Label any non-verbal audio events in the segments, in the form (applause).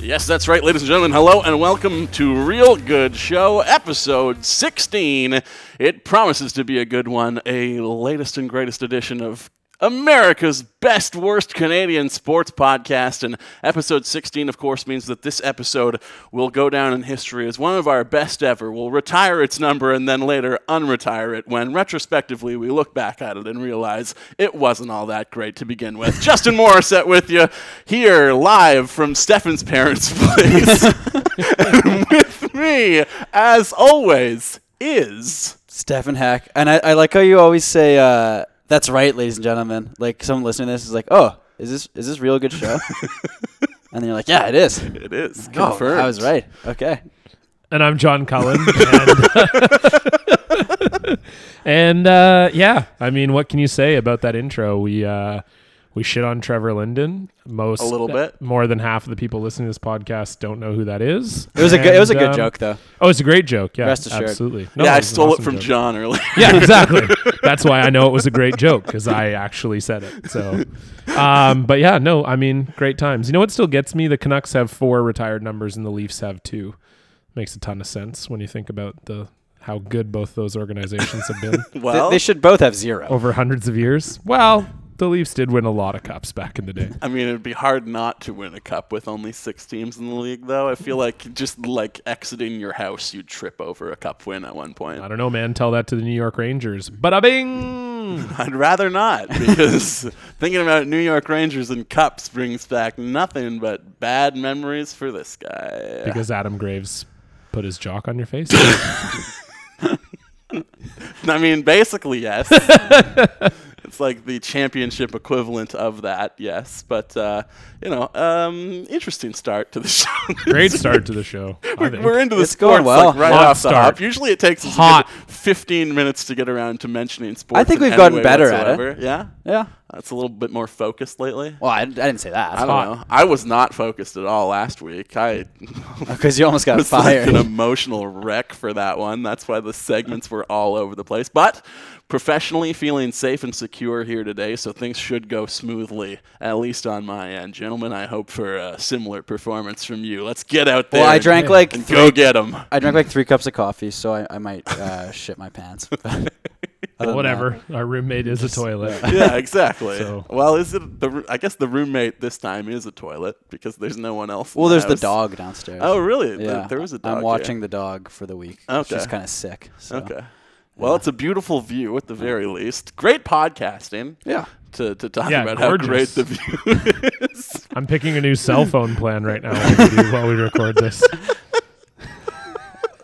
Yes, that's right, ladies and gentlemen. Hello and welcome to Real Good Show, episode 16. It promises to be a good one, a latest and greatest edition of America's best, worst Canadian sports podcast. And episode 16, of course, means that this episode will go down in history as one of our best ever. We'll retire its number and then later unretire it when retrospectively we look back at it and realize it wasn't all that great to begin with. Justin Morissette with you here live from Stefan's parents' (laughs) place. and with me, as always, is. Stefan Hack. And I, I like how you always say, uh, that's right, ladies and gentlemen. Like someone listening to this is like, oh, is this is this real good (laughs) show? and then you're like, yeah, it is. It is. Oh, Confirmed. I was right. Okay. and I'm John (laughs) Cullen. And, and (laughs) uh, yeah, I mean, what can you say about that intro? We uh, we shit on Trevor Linden. Most A little bit. more than half of the people listening to this podcast don't know who that is. It was a good, it was a And, good um, joke though. Oh, it's a great joke. Yeah, Rest assured. absolutely. No, Yeah, I was an stole awesome it from joke. John earlier. Yeah, exactly. That's why I know it was a great joke because I actually said it. So, um, but yeah, no, I mean, great times. You know what still gets me? The Canucks have four retired numbers and the Leafs have two. Makes a ton of sense when you think about the how good both those organizations have been (laughs) (laughs) They- Well, they should both have zero. over hundreds of years. Well, the Leafs did win a lot of cups back in the day. I mean, it'd be hard not to win a cup with only six teams in the league, though. I feel like just like exiting your house, you'd trip over a cup win at one point. I don't know, man. Tell that to the New York Rangers. Bada (laughs) bing. I'd rather (laughs) not because thinking about New York Rangers and cups brings back nothing but bad memories for this guy. Because Adam Graves put his jock on your face. (laughs) I mean, basically, (laughs) yes. it's like the championship equivalent of that, yes. But, uh, you know, um, interesting start to the (laughs) show. great start to the show. I We're, think. we're into the It's sports going well. like, right Hot off the start. hop. Usually it takes us a good Hot. 15 minutes to get around to mentioning sports. think in we've any gotten way better at it. whatsoever. Yeah? Yeah. That's a little bit more focused lately. Well, I, I didn't say I that don't hot. know. I was not focused at all last week. I because you almost (laughs) got was like an fired. emotional wreck for that one. That's why the segments were all over the place. But professionally feeling safe and secure here today, so things should go smoothly, at least on my end. Gentlemen, I hope for a similar performance from you. Let's get out there. Well, I and- drank like and three, go get them. I drank like three cups of coffee, so I, I might uh, (laughs) shit my pants. Other than (laughs) Whatever. Our roommate is a toilet. (laughs) yeah, exactly. So- Well, is it the? roo- I guess the roommate this time is a toilet because there's no one else. in that- Well, there's the house. dog downstairs. Oh, really? Th- Yeah. there is a dog. I'm here. watching the dog for the week. Okay. She's kind of sick. So. Okay. Well, it's a beautiful view at the very least. Great podcasting. Yeah. To, to talk Yeah, about how great gorgeous. the view (laughs) is. (laughs) I'm picking a new cell phone plan right now while we, do- while we record this.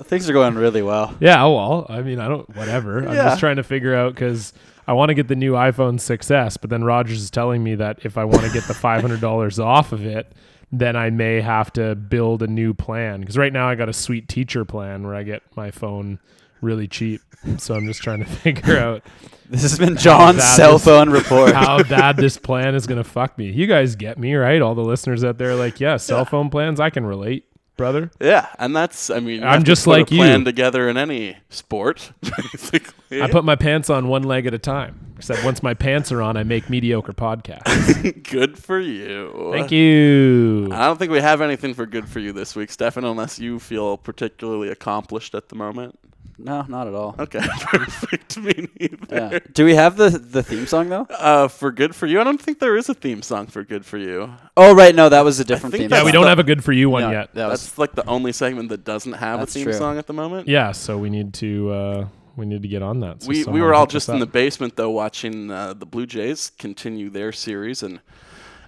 Things are going really (laughs) well. Yeah, oh, well, I mean, I don't, whatever. I'm Yeah. just trying to figure out because I want to get the new iPhone 6S, but then Rogers is telling me that if I want to get the $500 off of it, then I may have to build a new plan. Because right now I got a sweet teacher plan where I get my phone really cheap. So I'm just trying to (laughs) figure out This has been John's That cell is- phone report. (laughs) how bad this plan is going to fuck me. You guys get me, right? All the listeners out there are like, yeah, cell phone plans, I can relate, brother. yeah, and that's. I mean, you I'm have to just put like a you. plan together in any sport, (laughs) basically. I put my pants on one leg at a time. Except once my pants are on, I make (laughs) mediocre podcasts. (laughs) good for you. Thank you. I don't think we have anything for good for you this week, Stefan, unless you feel particularly accomplished at the moment. no, not at all. Okay, (laughs) perfect. Me neither. (laughs) Yeah. Do we have the the theme song though? Uh, for good for you, I don't think there is a theme song for good for you. Oh right, no, that was a different think theme. that's yeah, we song. don't have a good for you one No, yet. That was That's like the only segment that doesn't have a That's theme true. song at the moment. Yeah, so we need to uh, we need to get on that. So we we someone were all hook us just in the up. basement though, watching uh, the Blue Jays continue their series and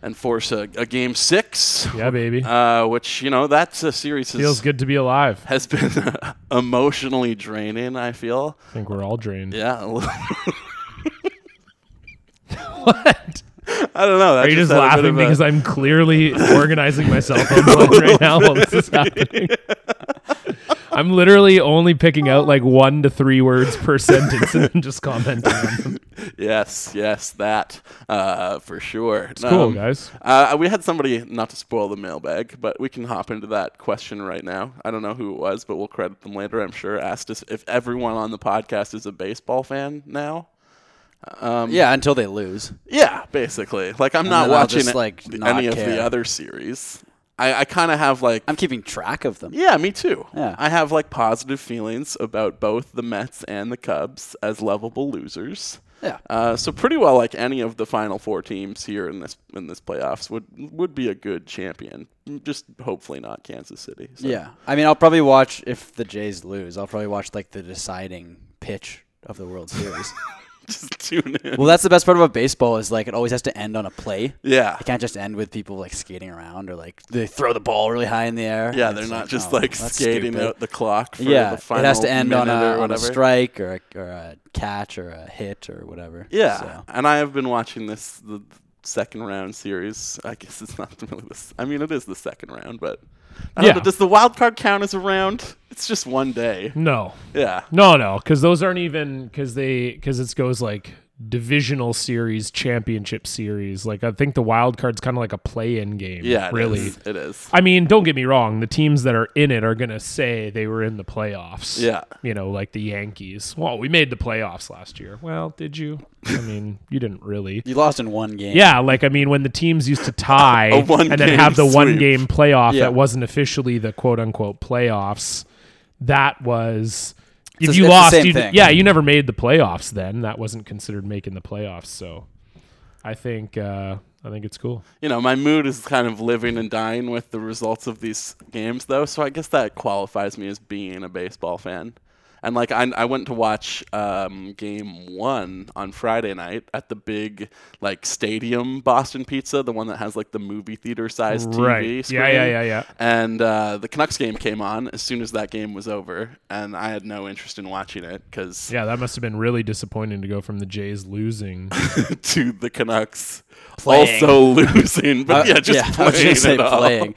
and force a, a game six. yeah, baby. Uh, which you know that's a series Feels has, good to be alive. has been (laughs) emotionally draining. I feel. I think we're all (laughs) drained. Yeah. a little- What? I don't know. Are you just laughing because (laughs) I'm clearly organizing my cell phone plan right now while this is happening? (laughs) I'm literally only picking out like one to three words per sentence and then just commenting on them. yes, yes, that uh, for sure. It's cool, guys. Uh, we had somebody not to spoil the mailbag, but we can hop into that question right now. I don't know who it was, but we'll credit them later. I'm sure asked us if everyone on the podcast is a baseball fan now. yeah, until they lose. Yeah, basically. Like I'm not then I'll watching just, like, any not of the care. other series. I, I kind of have like I'm keeping track of them. yeah, me too. Yeah. I have like positive feelings about both the Mets and the Cubs as lovable losers. Yeah. Uh, so pretty well, like any of the final four teams here in this in this playoffs would would be a good champion. Just hopefully not Kansas City. So. Yeah. I mean, I'll probably watch if the Jays lose. I'll probably watch like the deciding pitch of the (laughs) World Series. (laughs) Just tune in. well, that's the best part about baseball is like it always has to end on a play. yeah. It can't just end with people like skating around or like they throw the ball really high in the air. Yeah, It's they're not just oh, like that's skating stupid. out the clock for yeah, the final it has to end on minute or a, on a whatever. strike or a, or a catch or a hit or whatever. Yeah, So, and I have been watching this the second round series. I guess it's not (laughs) really this. I mean, it is the second round, but I don't Yeah. know, does the wild card count as a round? It's just one day. No, Yeah, no, no, because those aren't even because they because it goes like divisional series, championship series. Like I think the wild card's kind of like a play-in game. yeah, it really. is. it is. I mean, don't get me wrong. The teams that are in it are gonna say they were in the playoffs. Yeah. you know, like the Yankees. Well, we made the playoffs last year. Well, did you? I mean, you didn't really. you lost in one game. Yeah, like I mean, when the teams used to tie A one and then game have the one sweep. game playoff Yeah. that wasn't officially the quote unquote playoffs, that was if the- you it's the lost, same you, thing. yeah, you never made the playoffs. Then that wasn't considered making the playoffs. So I think uh, I think it's cool. You know, my mood is kind of living and dying with the results of these games, though. So I guess that qualifies me as being a baseball fan. And like I, I went to watch um, game one on Friday night at the big like stadium Boston Pizza, the one that has like the movie theater size TV Right. screen. Yeah, yeah, yeah, yeah. And uh, the Canucks game came on as soon as that game was over, and I had no interest in watching it because (laughs) Yeah, that must have been really disappointing to go from the Jays losing. to the Canucks Playing. Uh, also (laughs) losing, but (laughs) yeah, just I was playing gonna say it all. (laughs) playing.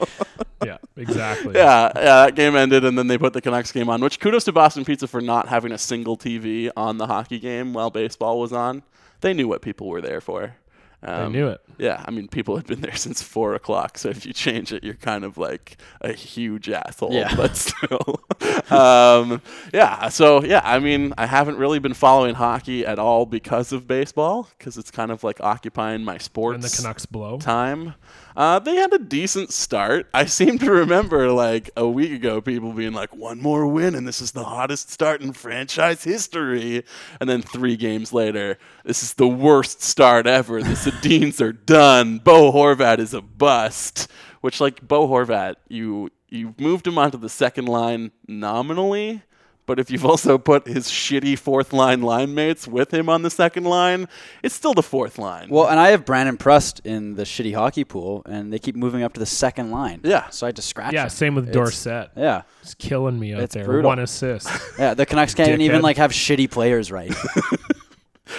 yeah, exactly. Yeah, yeah, that game ended, and then they put the Canucks game on. Which kudos to Boston Pizza for not having a single TV on the hockey game while baseball was on. They knew what people were there for. Um, knew it. Yeah, I mean, people had been there (laughs) since four o'clock. So if you change it, you're kind of like a huge asshole. Yeah. But still, (laughs) um, yeah. So yeah, I mean, I haven't really been following hockey at all because of baseball, because it's kind of like occupying my sports And the Canucks blow. time. Uh, they had a decent start. I (laughs) seem to remember like a week ago people being like, one more win and this is the hottest start in franchise history. And then three games later, this is the worst start ever. The Sedines are done. Bo Horvat is a bust. Which like Bo Horvat, you you moved him onto the second line nominally. But if you've also put his shitty fourth line line mates with him on the second line, it's still the fourth line. Well, and I have Brandon Prust in the shitty hockey pool, and they keep moving up to the second line. Yeah. So I had to scratch. Yeah, him. same with It's- Dorset. Yeah, It's killing me out It's there. brutal. (laughs) One assist. yeah. The Canucks can't even Dickhead. like have shitty players right.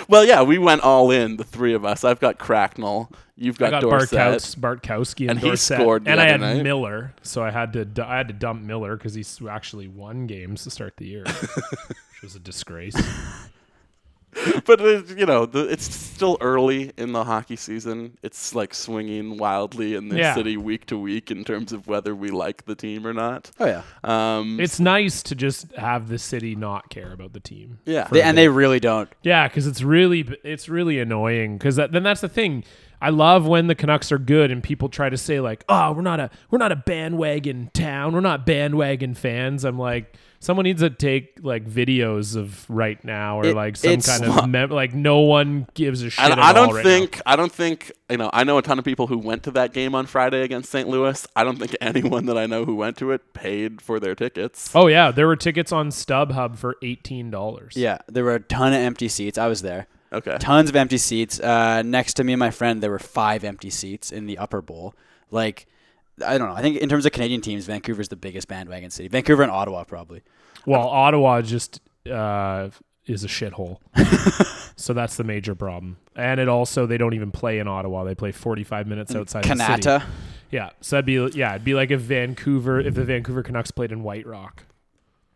Well, yeah, we went all in, the three of us. I've got Cracknell, you've I got, got Dorset. Bartkowski, Bartkowski and, And he Dorset. scored the and I other had night. Miller, so I had to du- I had to dump Miller because he's actually won games to start the (laughs) year, which was a disgrace. (laughs) But uh, you know, the, it's still early in the hockey season. It's like swinging wildly in the Yeah. city week to week in terms of whether we like the team or not. oh yeah. Um, It's nice to just have the city not care about the team. yeah, They, and they really don't. Yeah, because it's really it's really annoying. Because that, then that's the thing. I love when the Canucks are good and people try to say like, "Oh, we're not a we're not a bandwagon town. We're not bandwagon fans." I'm like, someone needs to take like videos of right now or It- like some it's kind of mem- like no one gives a shit. And at I all don't right now. think I don't think you know I know a ton of people who went to that game on Friday against St. Louis. I don't think (laughs) anyone that I know who went to it paid for their tickets. Oh yeah, there were tickets on StubHub for eighteen dollars. Yeah, there were a ton of empty seats. I was there. Okay. Tons of empty seats. Uh, next to me and my friend, there were five empty seats in the upper bowl. Like, I don't know. I think in terms of Canadian teams, Vancouver's the biggest bandwagon city. Vancouver and Ottawa probably. Well, Ottawa just uh, is a shithole, so that's the major problem. And it also they don't even play in Ottawa; they play forty-five minutes outside. The Kanata. city. Yeah, so that'd be yeah, it'd be like if Vancouver if the Vancouver Canucks played in White Rock.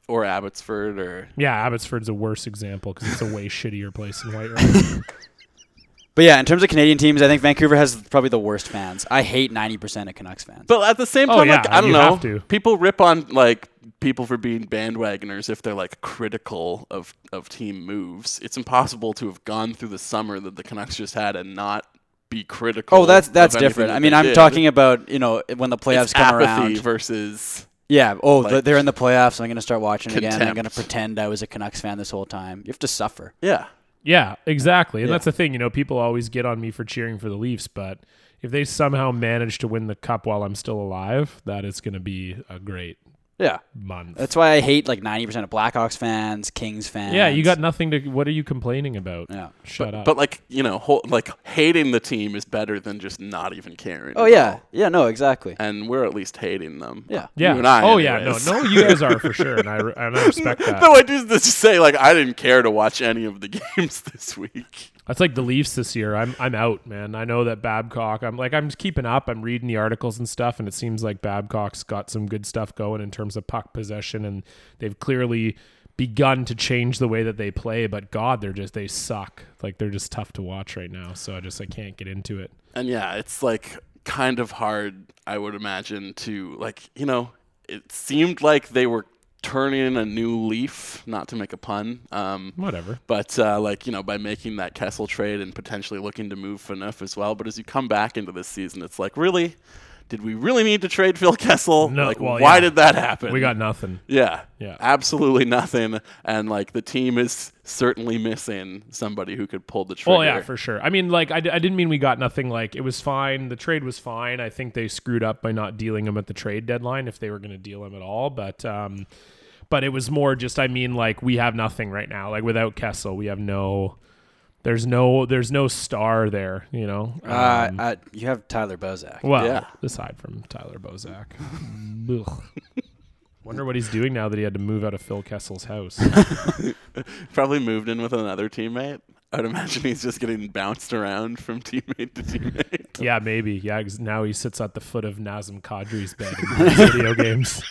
or Abbotsford or Yeah, Abbotsford's a worse example because it's a way shittier place than White Rock. But yeah, in terms of Canadian teams, I think Vancouver has probably the worst fans. I hate 90% of Canucks fans. But at the same Oh, time, yeah, like I don't you know, have to. people rip on like people for being bandwagoners if they're like critical of of team moves. It's impossible to have gone through the summer that the Canucks just had and not be critical. oh, that's of that's anything different. that I mean, they I'm did. talking about, you know, when the playoffs it's come apathy around. versus yeah, oh, like, they're in the playoffs. I'm going to start watching again. I'm contempt. going to pretend I was a Canucks fan this whole time. You have to suffer. yeah. yeah, exactly. And that's the thing. You know, people always get on me for cheering for the Leafs, but if they somehow manage to win the cup while I'm still alive, that is going to be a great Yeah. month. That's why I hate like 90% of Blackhawks fans, Kings fans. yeah, you got nothing to. What are you complaining about? Yeah. Shut up. But like you know, whole, like hating the team is better than just not even caring. Oh at yeah, all. yeah. No, exactly. and we're at least hating them. Yeah. yeah. you and I, oh anyways. (laughs) yeah. No, no, you guys are for sure, and I re- and I respect that. No, I just, just say like I didn't care to watch any of the (laughs) games this week. That's like the Leafs this year. I'm I'm out, man. I know that Babcock. I'm like I'm just keeping up. I'm reading the articles and stuff, and it seems like Babcock's got some good stuff going in terms of puck possession, and they've clearly begun to change the way that they play. But God, they're just they suck. Like they're just tough to watch right now. So I just I can't get into it. And yeah, it's like kind of hard, I would imagine, to like, you know, it seemed like they were turning a new leaf, not to make a pun. Um, Whatever. but uh, like, you know, by making that Kessel trade and potentially looking to move Faneuf as well. But as you come back into this season, it's like, really? Did we really need to trade Phil Kessel? No, like, well, why yeah. did that happen? We got nothing. Yeah. Yeah. Absolutely nothing. And like the team is certainly missing somebody who could pull the trigger. Well, Oh, yeah, for sure. I mean, like, I, d- I didn't mean we got nothing. Like, it was fine. The trade was fine. I think they screwed up by not dealing him at the trade deadline if they were going to deal him at all. But, um, but it was more just, I mean, like, we have nothing right now. Like, without Kessel, we have no, there's no, there's no star there, you know? Uh, um, uh, you have Tyler Bozak. well, yeah. aside from Tyler Bozak. Ugh. Wonder what he's doing now that he had to move out of Phil Kessel's house. Probably moved in with another teammate. I'd imagine he's just getting bounced around from teammate to teammate. yeah, maybe. Yeah, 'cause now he sits at the foot of Nazem Kadri's bed and plays video games.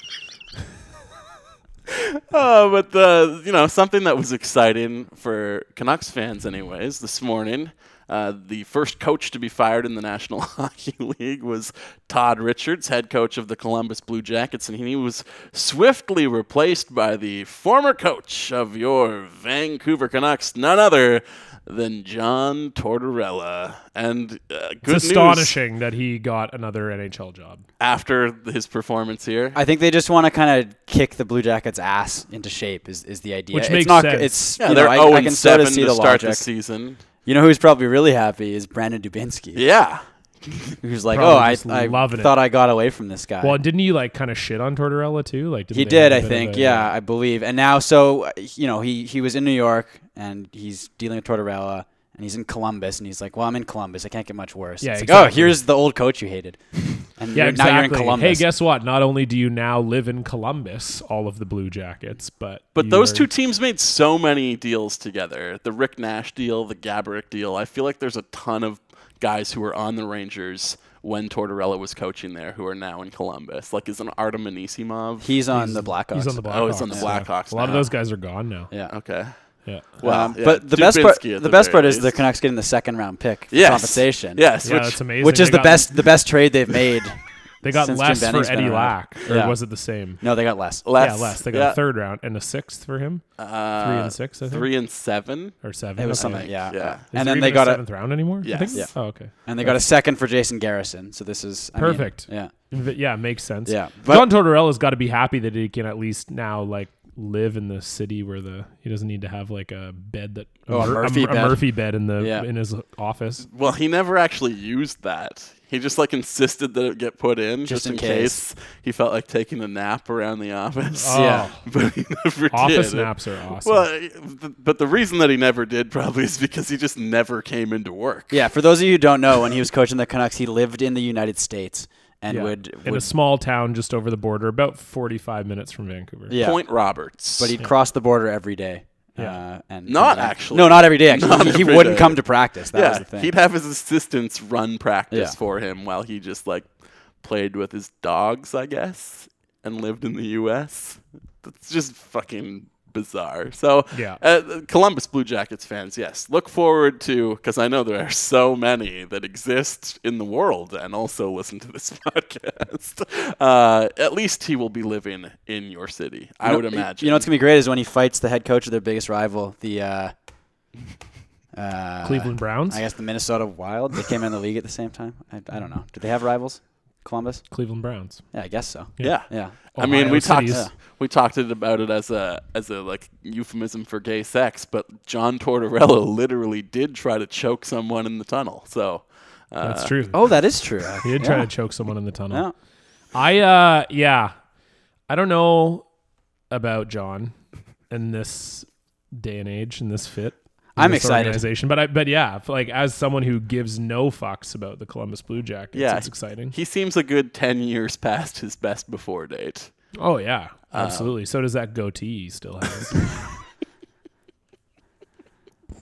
(laughs) oh, but the you know something that was exciting for Canucks fans, anyways, this morning. Uh, the first coach to be fired in the National (laughs) Hockey League was Todd Richards, head coach of the Columbus Blue Jackets, and he was swiftly replaced by the former coach of your Vancouver Canucks, none other than John Tortorella. And uh, good it's news astonishing that he got another NHL job. after his performance here. I think they just want to kind of kick the Blue Jackets' ass into shape. Is, is the idea? Which it's makes not, sense. oh It's Yeah, you they're know, I, 0 I and can sort 7 of see to the start logic. the season. You know who's probably really happy is Brandon Dubinsky, Yeah. who's like, Probably oh, I, just I loving it. thought I got away from this guy. Well, didn't he like kind of shit on Tortorella too? Like didn't he they did, have a I bit of think. a- yeah, I believe. And now, so uh, you know, he he was in New York and he's dealing with Tortorella. And he's in Columbus, and he's like, "Well, I'm in Columbus. I can't get much worse." Yeah, it's like, "Oh, exactly. here's the old coach you (laughs) hated, and Yeah, you're, exactly. now you're in Columbus." Hey, guess what? Not only do you now live in Columbus, all of the Blue Jackets, but But you those are- two teams made so many deals together. The Rick Nash deal, the Gaborik deal. I feel like there's a ton of guys who were on the Rangers when Tortorella was coaching there who are now in Columbus. Like, is an Artem Anisimov? He's on the Blackhawks. He's on the Blackhawks. Oh, he's on the yeah. Blackhawks A lot of now. those guys are gone now. Yeah. Okay. Yeah. Well, Um, yeah, but the best part, Dubinsky the, at best very part is the least. Canucks getting the second round pick for Yes. compensation. Yes, Yeah, which- that's amazing. which is They the got- best, the best trade they've made. They got since Jim less Benning's for been Eddie around. Lack, or Yeah. was it the same? No, they got (laughs) less. Yeah, less. They got Yeah. a third round and a sixth for him, Uh, Three and six, I think? Three and seven. or seven. It was okay. something, yeah. Yeah. Is And there then even they a got a, seventh round anymore. I think? Yes. Yeah. Oh, okay. and they got a second for Jason Garrison. So this is I mean, Perfect. yeah, But yeah, makes sense. Yeah, but- John Tortorella's got to be happy that he can at least now like live in the city where the he doesn't need to have like a bed that Oh, a Murphy bed. Murphy bed in the Yeah. in his office. Well, he never actually used that. He just like insisted that it get put in just, in in case. case. he felt like taking a nap around the office. Oh, Yeah. (laughs) But he never office did. naps are awesome. Well, th- but the reason that he never did probably is because he just never came into work. yeah. For those of you who don't know, when he was coaching the Canucks, he lived in the United States and Yeah. would in a would small town just over the border, about forty five minutes from Vancouver. yeah, Point Roberts. but he'd cross the border every day. Yeah. Uh, and Not come back. actually. No, not every day. Actually, Not he, he every wouldn't day. come to practice. That was the yeah, thing. he'd have his assistants run practice Yeah. for him while he just like played with his dogs, I guess, and lived in the U.S. That's just fucking bizarre. So, Yeah. uh, Columbus Blue Jackets fans, yes, look forward to because I know there are so many that exist in the world and also listen to this (laughs) podcast. Uh, at least he will be living in your city, I would imagine. You know what's gonna be great is when he fights the head coach of their biggest rival, the uh, uh, Cleveland Browns. I guess the Minnesota Wild. They came in the league at the same time. I, I don't know. Do they have rivals? Columbus? Cleveland Browns. Yeah, I guess so. yeah. Yeah. I mean, Ohio we talked cities. we talked it about it as a as a like euphemism for gay sex, but John Tortorella (laughs) literally did try to choke someone in the tunnel. So uh, That's true. Oh, that is true. (laughs) He did try to choke someone in the tunnel. Yeah. I uh yeah. I don't know about John in this day and age in this fit. in I'm this excited. Organization, but I but yeah, if, like as someone who gives no fucks about the Columbus Blue Jackets, yeah, it's exciting. He seems a good ten years past his best before date. Oh yeah, Uh, absolutely. so does that goatee he still (laughs) has?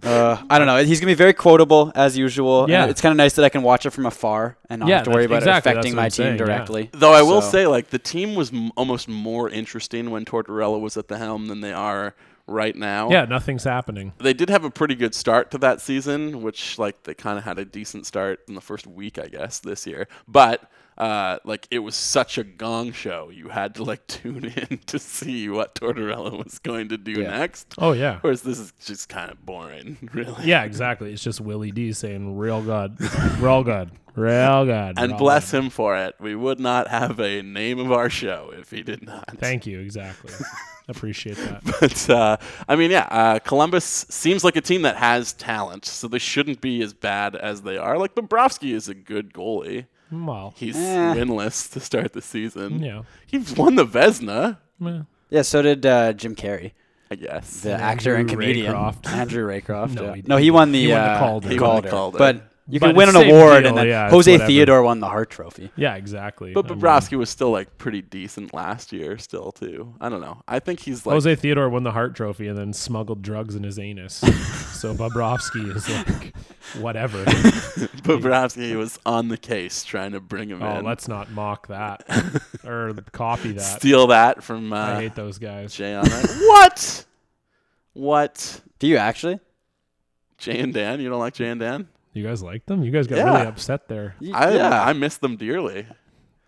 Uh, I don't know. He's gonna be very quotable as usual. and Yeah. it's kind of nice that I can watch it from afar and not Yeah, have to worry about that's- exactly, it affecting that's my what I'm team saying, yeah. directly. Though I will So- say, like the team was m- almost more interesting when Tortorella was at the helm than they are right now. yeah, nothing's happening. they did have a pretty good start to that season, which like they kind of had a decent start in the first week, I guess, this year. But uh, like it was such a gong show, you had to like (laughs) tune in to see what Tortorella was going to do next. Oh yeah. Whereas this is just kind of boring, (laughs) really. Yeah, exactly. It's just Willie D saying real god, real god, real god. (laughs) And real bless God." him for it. We would not have a name of our show if he did not. (laughs) Thank you. Exactly. Appreciate that. But uh, I mean, yeah, uh, Columbus seems like a team that has talent, so they shouldn't be as bad as they are. Like Bobrovsky is a good goalie. Well, He's Eh. winless to start the season. yeah. He's won the Vesna, Meh. Yeah. So did uh, Jim Carey, I guess. the actor and Andrew comedian Raycroft. Andrew Raycroft. No, yeah. he didn't. no, he won the, He won the uh, Calder. He won the Calder. Calder. But you But can win an it's same award, deal, and then yeah, it's Jose whatever. Theodore won the Hart Trophy. Yeah, exactly. But I mean, Bobrovsky was still like pretty decent last year, still too. I don't know. I think he's like Jose Theodore won the Hart Trophy and then smuggled drugs in (laughs) his anus. so Bobrovsky is like, (laughs) whatever. Bobrovsky was on the case trying to bring him oh, in. let's not (laughs) mock that or copy that. steal that from I uh, hate those guys. Jay on it. (laughs) what? What? Do you actually? Jay and Dan? You don't like Jay and Dan? You guys like them? You guys got Yeah. really upset there. You- I yeah. I miss them dearly.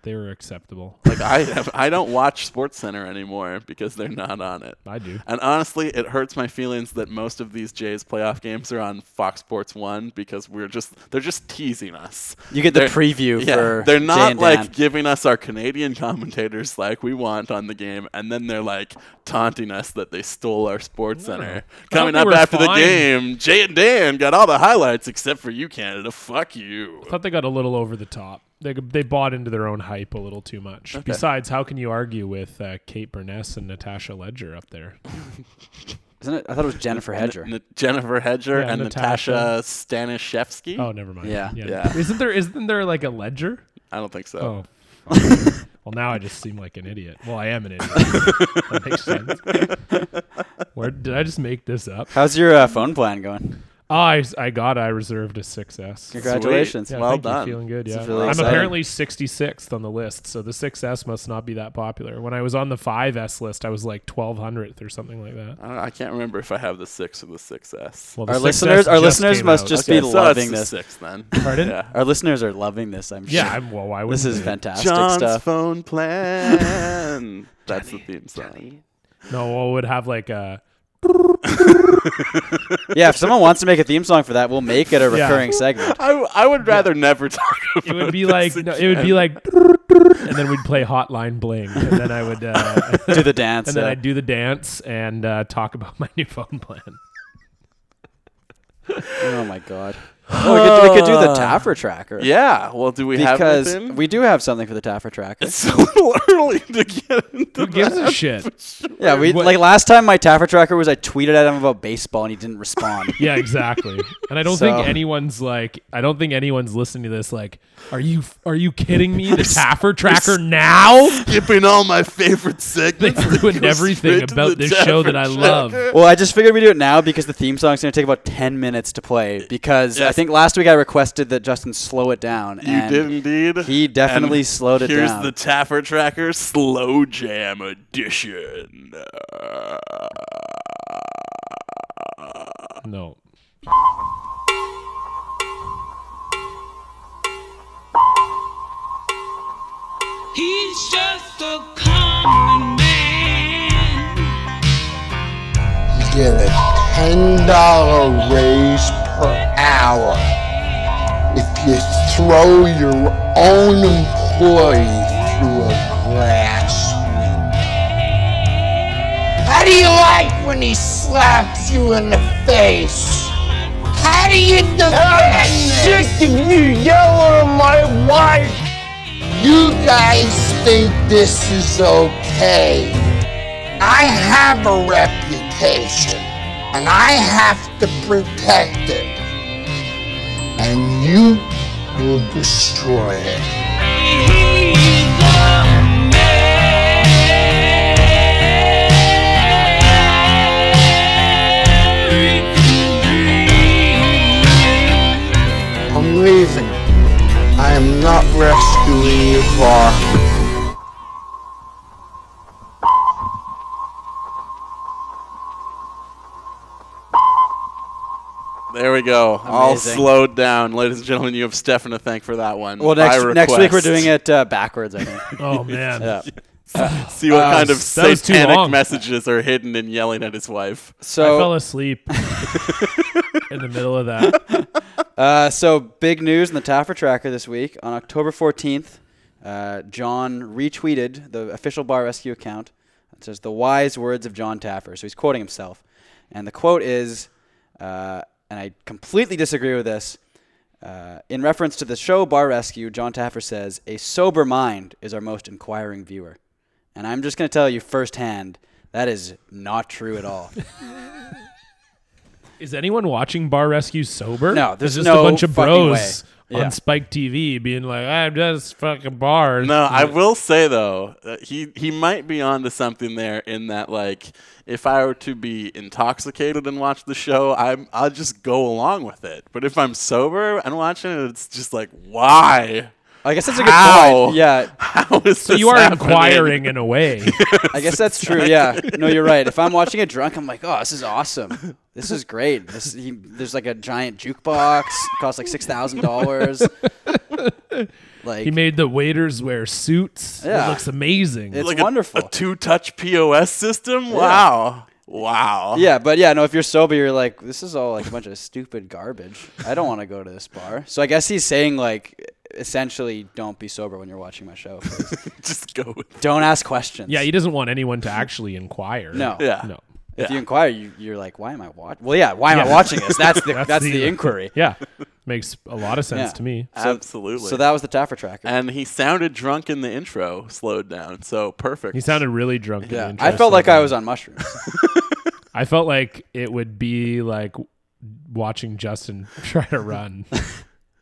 They were acceptable. Like I have, I don't watch Sports Center anymore because they're not on it. I do. And honestly, it hurts my feelings that most of these Jays playoff games are on Fox Sports One because we're just they're just teasing us. You get the They're- preview yeah, for they're Jay not and like Dan. giving us our Canadian commentators like we want on the game, and then they're like taunting us that they stole our Sports Center. Coming they up were after the fine. game, Jay and Dan got all the highlights except for you, Canada. Fuck you. I thought they got a little over the top. They, they bought into their own hype a little too much. Besides, how can you argue with uh, Kate Burness and Natasha Ledger up there? Isn't it? I thought it was Jennifer Hedger. N- Jennifer Hedger Yeah, and Natasha, Natasha. Stanishevsky. Oh, never mind. Yeah. Yeah. Isn't there isn't there like a ledger? I don't think so. (laughs) Oh. fuck. well, now I just seem like an idiot. Well, I am an idiot. that makes sense. Where did I just make this up? How's your uh, phone plan going? Oh, I, I got. I reserved a success. Congratulations. Yeah, Well thank you. done. Feeling good. Yeah. really I'm exciting. apparently 66th on the list, so the 6S must not be that popular. When I was on the 5S list, I was like 1200th or something like that. I, don't, I can't remember if I have the six or the 6S. Well, the Our 6S listeners, our just listeners came must out. just Okay, be so loving that's this. the six then. Pardon? Yeah. Our listeners are loving this. I'm (laughs) Yeah. sure. I'm, well, why would this is fantastic John's stuff. phone (laughs) plan. that's the theme song. no? Well, it would have like (laughs) a Yeah, if someone wants to make a theme song for that, we'll make it a recurring segment. I, w- I would rather never talk about it would be like this no, it would be again. like (laughs) and then we'd play hotline bling and then i would uh, (laughs) Do the dance. and then uh, i'd do the dance and uh, talk about (laughs) my new phone plan (laughs) oh my god. Oh, we, could, we could do the Taffer tracker. Yeah. Well, do we have Because anything? we do have something for the Taffer tracker. It's a little early to get into who gives (laughs) that. a shit Yeah, we What- like last time my Taffer tracker was I tweeted at him about baseball and he didn't respond. (laughs) yeah exactly and i don't So- think anyone's like i don't think anyone's listening to this like are you are you kidding me the (laughs) taffer tracker now Skipping all my favorite they segments. ruined everything straight to the about this show that i Taffer love well, I just figured we do it now because the theme song's gonna take about ten minutes to play because Yeah, I think last week I requested that Justin slow it down. You and did indeed. He definitely And slowed it here's down. the Taffer Tracker Slow Jam Edition. No. He's just a common man. get a ten dollar raise per hour if you throw your own employee through a glass window. How do you like when he slaps you in the face? How do you defend I'm sick of you yelling at my wife. You guys think this is okay? I have a reputation and I have to protect it. And you will destroy it. He's a man. I'm leaving. I am not rescuing you far. There we go. All Amazing. slowed down. Ladies and gentlemen, you have Stefan to thank for that one. Well, next, By next week we're request. doing it uh, backwards, I think. Oh man. Yeah. (laughs) See what Uh, kind of that was too satanic long. messages are hidden in yelling at his wife. I fell So, asleep (laughs) in the middle of that. uh, so big news in the Taffer Tracker this week. On October 14th, uh, John retweeted the official Bar Rescue account. It says, The wise words of John Taffer. So he's quoting himself. And the quote is, uh, and I completely disagree with this. Uh, in reference to the show Bar Rescue, John Taffer says, A sober mind is our most inquiring viewer. And I'm just going to tell you firsthand, that is not true at all. Is anyone watching Bar Rescue sober? No, there's there's just no a bunch of fucking bros way. Yeah. on Spike TV being like, "I'm just fucking bars." No, I will say though, that he he might be onto something there in that like if I were to be intoxicated and watch the show, I'm I'll just go along with it. But if I'm sober and watching it, it's just like why? I guess that's a good How? point. Yeah, (laughs) How is So you are inquiring in a (laughs) way. I guess that's true. Yeah, no, you're right. If I'm watching it drunk, I'm like, oh, this is awesome. This is great. This, he, there's like a giant jukebox. It costs like six thousand dollars. Like he made the waiters wear suits. Yeah. It looks amazing. it's like a- wonderful. A, two-touch POS system. Wow, wow. yeah, but yeah, no. If you're sober, you're like, this is all like a bunch of stupid garbage. I don't want to go to this bar. So I guess he's saying like, essentially, don't be sober when you're watching my show. (laughs) just go. With it. don't ask questions. yeah, he doesn't want anyone to actually inquire. No. Yeah. no. If you inquire, you, you're like, why am I watching? Well, yeah, why am I watching this? That's (laughs) the that's, the, inquiry. Yeah, makes a lot of sense Yeah. to me. Absolutely. So that was the Taffer tracker. and he sounded drunk in the intro, slowed down. So perfect. He sounded really drunk. in the yeah, intro, I felt so like I was on (laughs) mushrooms. I felt like it would be like watching Justin (laughs) try (laughs) to run,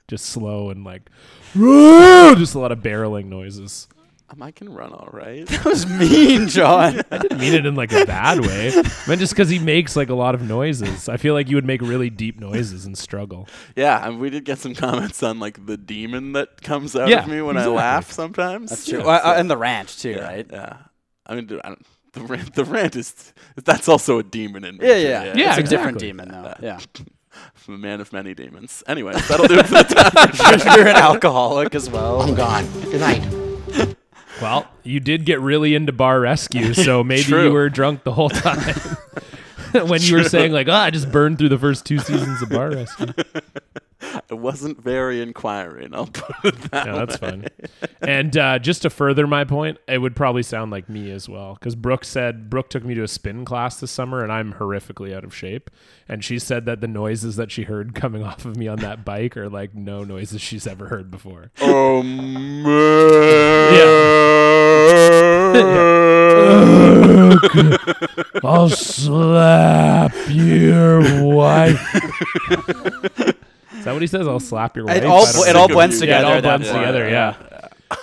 just slow and like, "Roo!" just a lot of barreling noises. Um, I can run all right. (laughs) That was mean, (laughs) John. I didn't mean it in like a bad way. I meant just because he makes like a lot of noises. I feel like you would make really deep noises and struggle. yeah, and we did get some comments on like the demon that comes out Yeah, of me when exactly. I laugh sometimes. That's Sure. Well, uh, and the ranch too, right? Yeah. I mean, dude, I don't, the rant, the rant is that's also a demon in me. Yeah, too, yeah, yeah. Yeah, it's a different exactly. demon though. Yeah, I'm a man of many demons. Anyway, that'll do it for the time. (laughs) (laughs) you're an alcoholic as well. I'm gone. Good night. Well, you did get really into bar rescue, (laughs) so maybe True. you were drunk the whole time. (laughs) when you were saying like, "Oh, I just burned through the first two seasons of bar rescue." It wasn't very inquiring. I'll put it that (laughs) Yeah, that's fun. And uh, just to further my point, it would probably sound like me as well, because Brooke said Brooke took me to a spin class this summer, and I'm horrifically out of shape. And she said that the noises that she heard (laughs) coming off of me on that bike are like no noises she's ever heard before. Oh, I'll slap your wife. Is that what he says? I'll slap your wife. It all I don't it know. all Sick of blends you. together. Yeah, it all at that blends point. together. Yeah,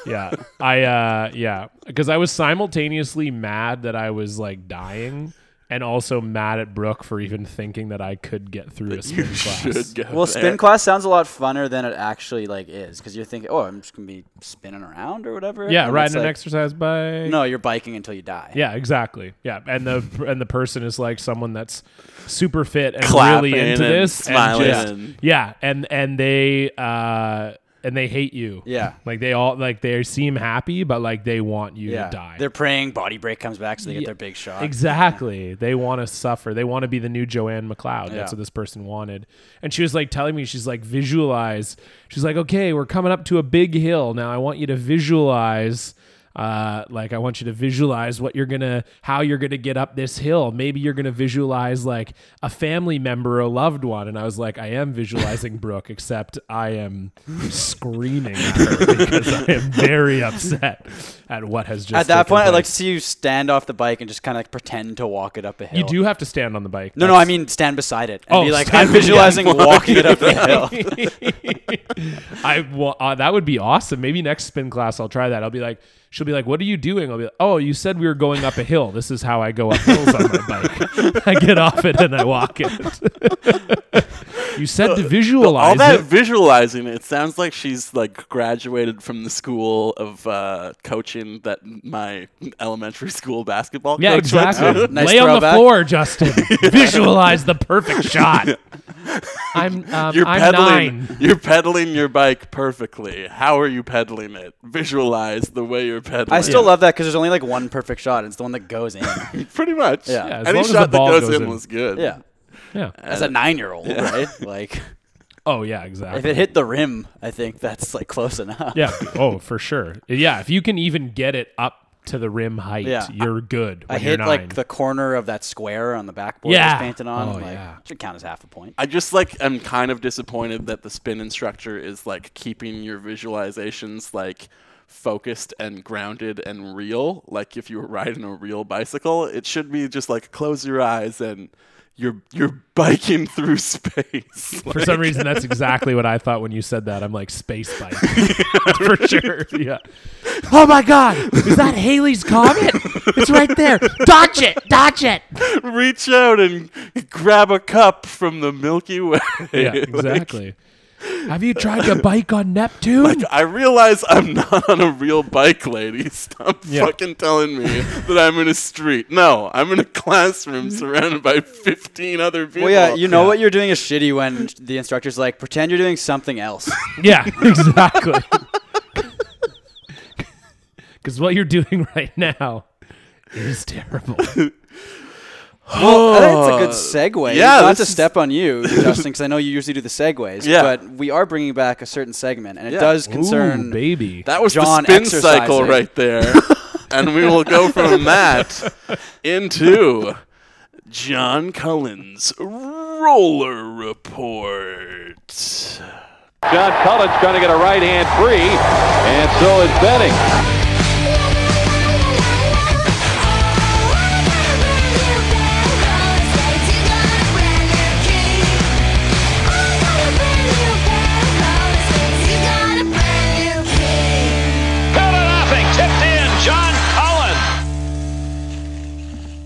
yeah. I uh, yeah, because I was simultaneously mad that I was like dying and also mad at Brooke for even thinking that I could get through a You (laughs) spin class. should go. Well, there. spin class sounds a lot funner than it actually like is because you're thinking, oh, I'm just gonna be spinning around or whatever. Yeah, and riding it's an like, exercise bike. No, you're biking until you die. Yeah, exactly. Yeah, and the (laughs) and the person is like someone that's super fit and Clapping really into and this, smiling And just, and- yeah, and and they uh and they hate you. Yeah. like they all like they seem happy, but like they want you yeah. to die. They're praying body break comes back so they get their big shot. Exactly. They want to suffer. They want to be the new Joanne McLeod. Yeah. That's what this person wanted. And she was like telling me, she's like, visualize. She's like, okay, we're coming up to a big hill. Now I want you to visualize. Uh, like I want you to visualize what you're gonna, how you're gonna get up this hill. Maybe you're gonna visualize like a family member, or a loved one. And I was like, I am (laughs) visualizing Brooke, except I am screaming at her because I am very upset at what has just. At that taken point, I'd like place. to see you stand off the bike and just kind of like pretend to walk it up a hill. You do have to stand on the bike. No, no, I That's- mean stand beside it and Oh, be like, stand (laughs) I'm visualizing walking it up the hill. (laughs) I well, uh, that would be awesome. Maybe next spin class I'll try that. I'll be like, she'll be like, "What are you doing?" I'll be like, "Oh, you said we were going up a hill. This is how I go up hills on my bike. (laughs) I get off it and I walk it." (laughs) you said to visualize Uh, all that it. visualizing it sounds like she's like graduated from the school of uh, coaching that my elementary school basketball Yeah, coach went to. exactly. Nice Lay on the throwback. (laughs) floor, Justin. Visualize the perfect shot. (laughs) I'm um, You're I'm pedaling. nine. You're pedaling your bike perfectly. How are you pedaling it? Visualize the way you're pedaling. I still it. love that because there's only like one perfect shot. and It's the one that goes in. pretty much. Yeah. Yeah, as long Any as the shot that ball goes, goes in, in. was good. (laughs) Yeah. Yeah. As a nine year old, right? (laughs) Like, Oh yeah, exactly. if it hit the rim, I think that's like close enough. Yeah. Oh, for sure. Yeah. If you can even get it up to the rim height, Yeah. you're good. I when you're hit like nine. the corner of that square on the backboard Yeah. it's painted on. Oh, like, yeah. Should count as half a point. I just like am kind of disappointed that the spin instructor is like keeping your visualizations like focused and grounded and real. Like if you were riding a real bicycle, it should be just like close your eyes and you're you're biking through (laughs) space. For some reason, that's exactly what I thought when you said that. I'm like space (laughs) bike for sure. Yeah. Oh my God! Is that Haley's comet? It's right there. Dodge it! Dodge it! Reach out and grab a cup from the Milky Way. (laughs) Yeah, Like, exactly. Have you tried to bike on Neptune? I realize I'm not on a real bike, ladies. Stop Yeah. fucking telling me that I'm in a street. No, I'm in a classroom surrounded by 15 other people. Well, yeah, you know what you're doing is shitty when the instructor's like, pretend you're doing something (laughs) else. Yeah, exactly. (laughs) Because what you're doing right now is terrible. well, I think it's a good segue. Uh, Yeah, Not this to is- step on you, Justin, because I know you usually do the segues. Yeah. But we are bringing back a certain segment, and it does concern. Ooh, baby. That was John the spin exercising. cycle right there. (laughs) and we will go from that into John Cullen's roller report. John Cullen's trying to get a right hand free, and so is Benning.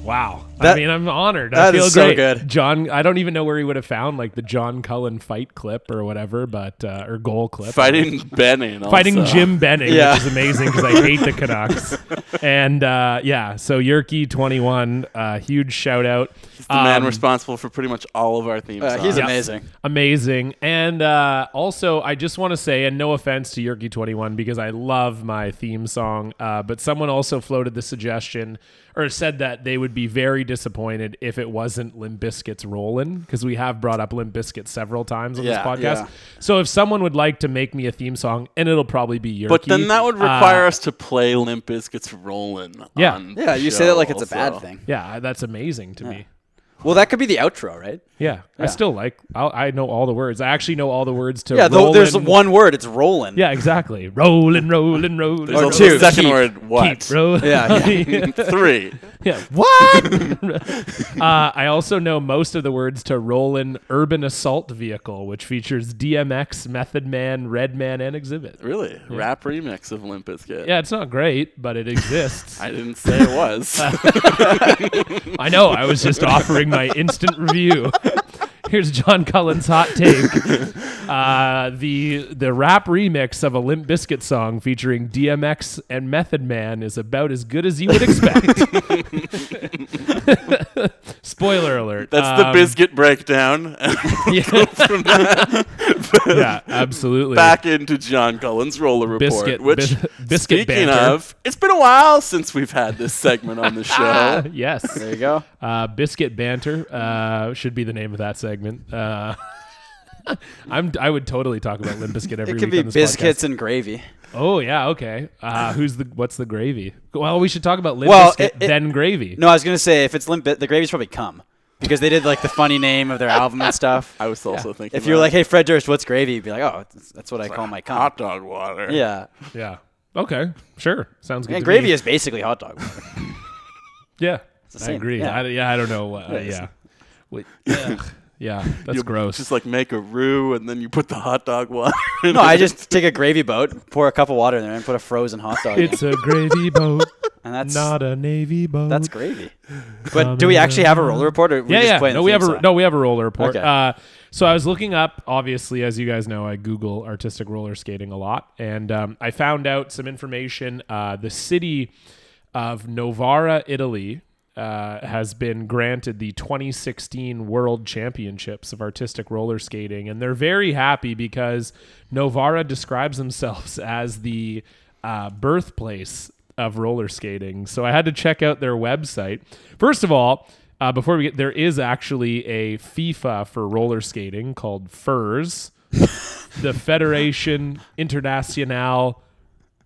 Wow. That- I mean, I'm honored. I that feel is so great. good. John, I don't even know where he would have found like the John Cullen fight clip or whatever, but uh, or goal clip. Fighting Benning. Also. Fighting Jim Benning, Yeah. which is amazing because I hate the Canucks. (laughs) and uh, yeah, so Yerky twenty one, uh, huge shout out. The man Um, responsible for pretty much all of our themes. Uh, he's Yeah. amazing. Amazing. And uh, also, I just want to say, and no offense to Yerky21 because I love my theme song, uh, but someone also floated the suggestion or said that they would be very disappointed if it wasn't Limp Bizkit's Rollin' because we have brought up Limp Bizkit several times on Yeah, this podcast. yeah. So if someone would like to make me a theme song, and it'll probably be Yerky. But then that would require uh, us to play Limp Bizkit's Rolling. Yeah. on Yeah, the you say that like show, it's a so- bad thing. Yeah, that's amazing to me. uh, Well, that could be the outro, right? Yeah, Yeah. I still like. I'll, I know all the words. I actually know all the words to. Yeah, though there's rollin'- one word. It's rolling. Yeah, exactly. Rolling, rolling, rolling. There's Or also two. a second Keep. word, what? Keep rolling. Yeah, (laughs) Three. (laughs) Yeah. What? (laughs) uh, I also know most of the words to Rollin' Urban Assault Vehicle, which features DMX, Method Man, Redman, and Exhibit. Really? Rap remix of Limp Bizkit. Yeah, it's not great, but (laughs) it exists. I didn't say it (laughs) was. I know. I was just offering my instant review. (laughs) Here's John Cullen's hot (laughs) take. Uh, the the rap remix of a Limp Bizkit song featuring DMX and Method Man is about as good as you would expect. (laughs) Spoiler alert. That's Um, the Bizkit breakdown. (laughs) (laughs) Yeah. (laughs) yeah, absolutely. Back into John Cullen's roller report. Biscuit- which, bis- (laughs) biscuit speaking banter. of, it's been a while since we've had this segment (laughs) on the Ah. show. (laughs) Yes. There you go. Uh, biscuit banter uh, should be the name of that segment. Uh, (laughs) I'm I would totally talk about Limp Biscuit (laughs) every It week. could be on this biscuits podcast. and gravy. Oh yeah, okay. Uh, who's the what's the gravy? Well, we should talk about Limp Well, Biscuit it- it- then gravy. No, I was gonna say if it's limp, Bi- the gravy's probably cum because they did like the funny name of their album and stuff. (laughs) I was also thinking If you were that. like, "Hey, Fred Durst, what's gravy?" You'd be like, "Oh, that's, that's what I call my cum." hot dog water. yeah, Yeah. Okay. Sure. Sounds good. and to gravy me. is basically hot dog. Yeah. I same, agree. yeah. I, yeah. I don't know. Uh, it's- yeah. Wait, ugh. yeah. (laughs) That's You gross. Just like make a roux and then you put the hot dog water. in no, I it. just take a gravy boat, pour a cup of water in there, and put a frozen hot dog. it's in. a gravy boat, and (laughs) that's not a navy boat. that's (laughs) gravy. But do we actually have a roller report? Or we yeah, just yeah. playing No, the we theme have a song? no, we have a roller report. Okay. Uh, so I was looking up, obviously, as you guys know, I Google artistic roller skating a lot, and um, I found out some information. Uh, the city of Novara, Italy. Uh, has been granted the 2016 World Championships of Artistic Roller Skating, and they're very happy because Novara describes themselves (laughs) as the uh, birthplace of roller skating. So I had to check out their website. First of all, uh, before we get there, is actually a FIFA for roller skating called FIRS, (laughs) the Federation Internationale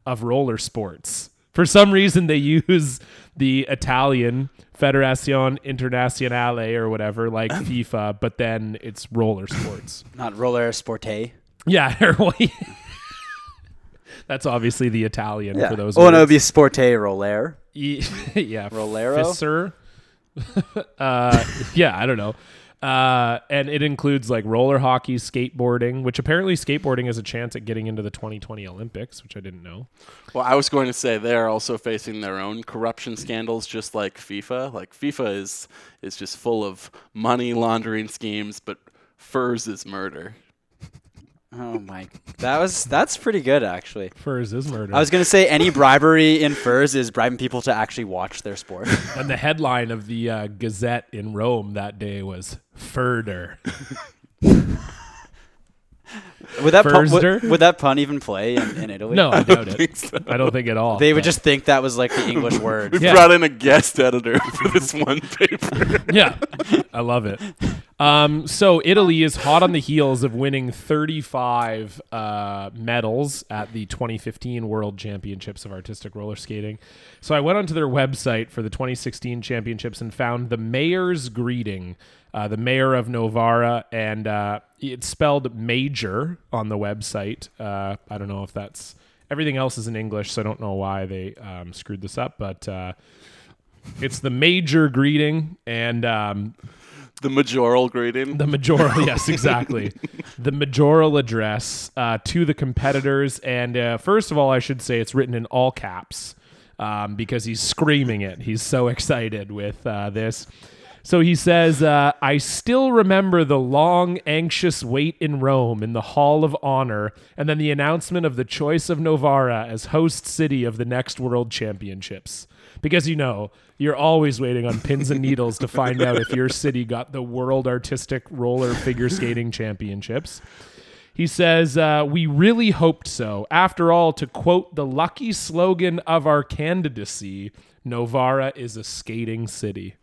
of Roller Sports. For some reason, they use the Italian Federazione Internazionale or (laughs) whatever, like FIFA, but then it's roller sports. not roller sporte. Yeah, (laughs) or what- that's obviously the Italian for those. oh, words. no, it'd be sporte roller. E- (laughs) yeah, Rolero? Fisser. (laughs) uh, yeah, I don't know. Uh, and it includes like roller hockey, skateboarding, which apparently skateboarding is a chance at getting into the 2020 Olympics, which I didn't know. Well, I was going to say they're also facing their own corruption scandals, just like FIFA. Like FIFA is is just full of money laundering schemes, but Furs is murder. Oh my, that was that's pretty good actually. Furs is murder. I was gonna say any bribery in furs is bribing people to actually watch their sport. and the headline of the uh, Gazette in Rome that day was "Furder." Would that pun, Fursder? would, would that pun even play in, in Italy? No, (laughs) I doubt it. I don't think at all. they would just think that was like the English word. We (laughs) Yeah. brought in a guest editor (laughs) for this one paper. (laughs) yeah, I love it. Um, so Italy is hot on the heels of winning 35 uh, medals at the 2015 World Championships of Artistic Roller Skating. So I went onto their website for the 2016 championships and found the mayor's greeting, uh, the mayor of Novara, and uh, it's spelled major on the website. Uh, I don't know if that's everything else is in English, so I don't know why they um, screwed this up, but. Uh, it's the major greeting and um, the majoral greeting. (laughs) the majoral. yes, exactly. the majoral address uh, to the competitors. And uh, first of all, I should say it's written in all caps um, because he's screaming it. He's so excited with uh, this. So he says, uh, I still remember the long, anxious wait in Rome in the Hall of Honor, and then the announcement of the choice of Novara as host city of the next World Championships. Because you know, you're always waiting on pins and needles to find out if your city got the World Artistic Roller Figure Skating Championships. He says, uh, We really hoped so. After all, to quote the lucky slogan of our candidacy, Novara is a skating city.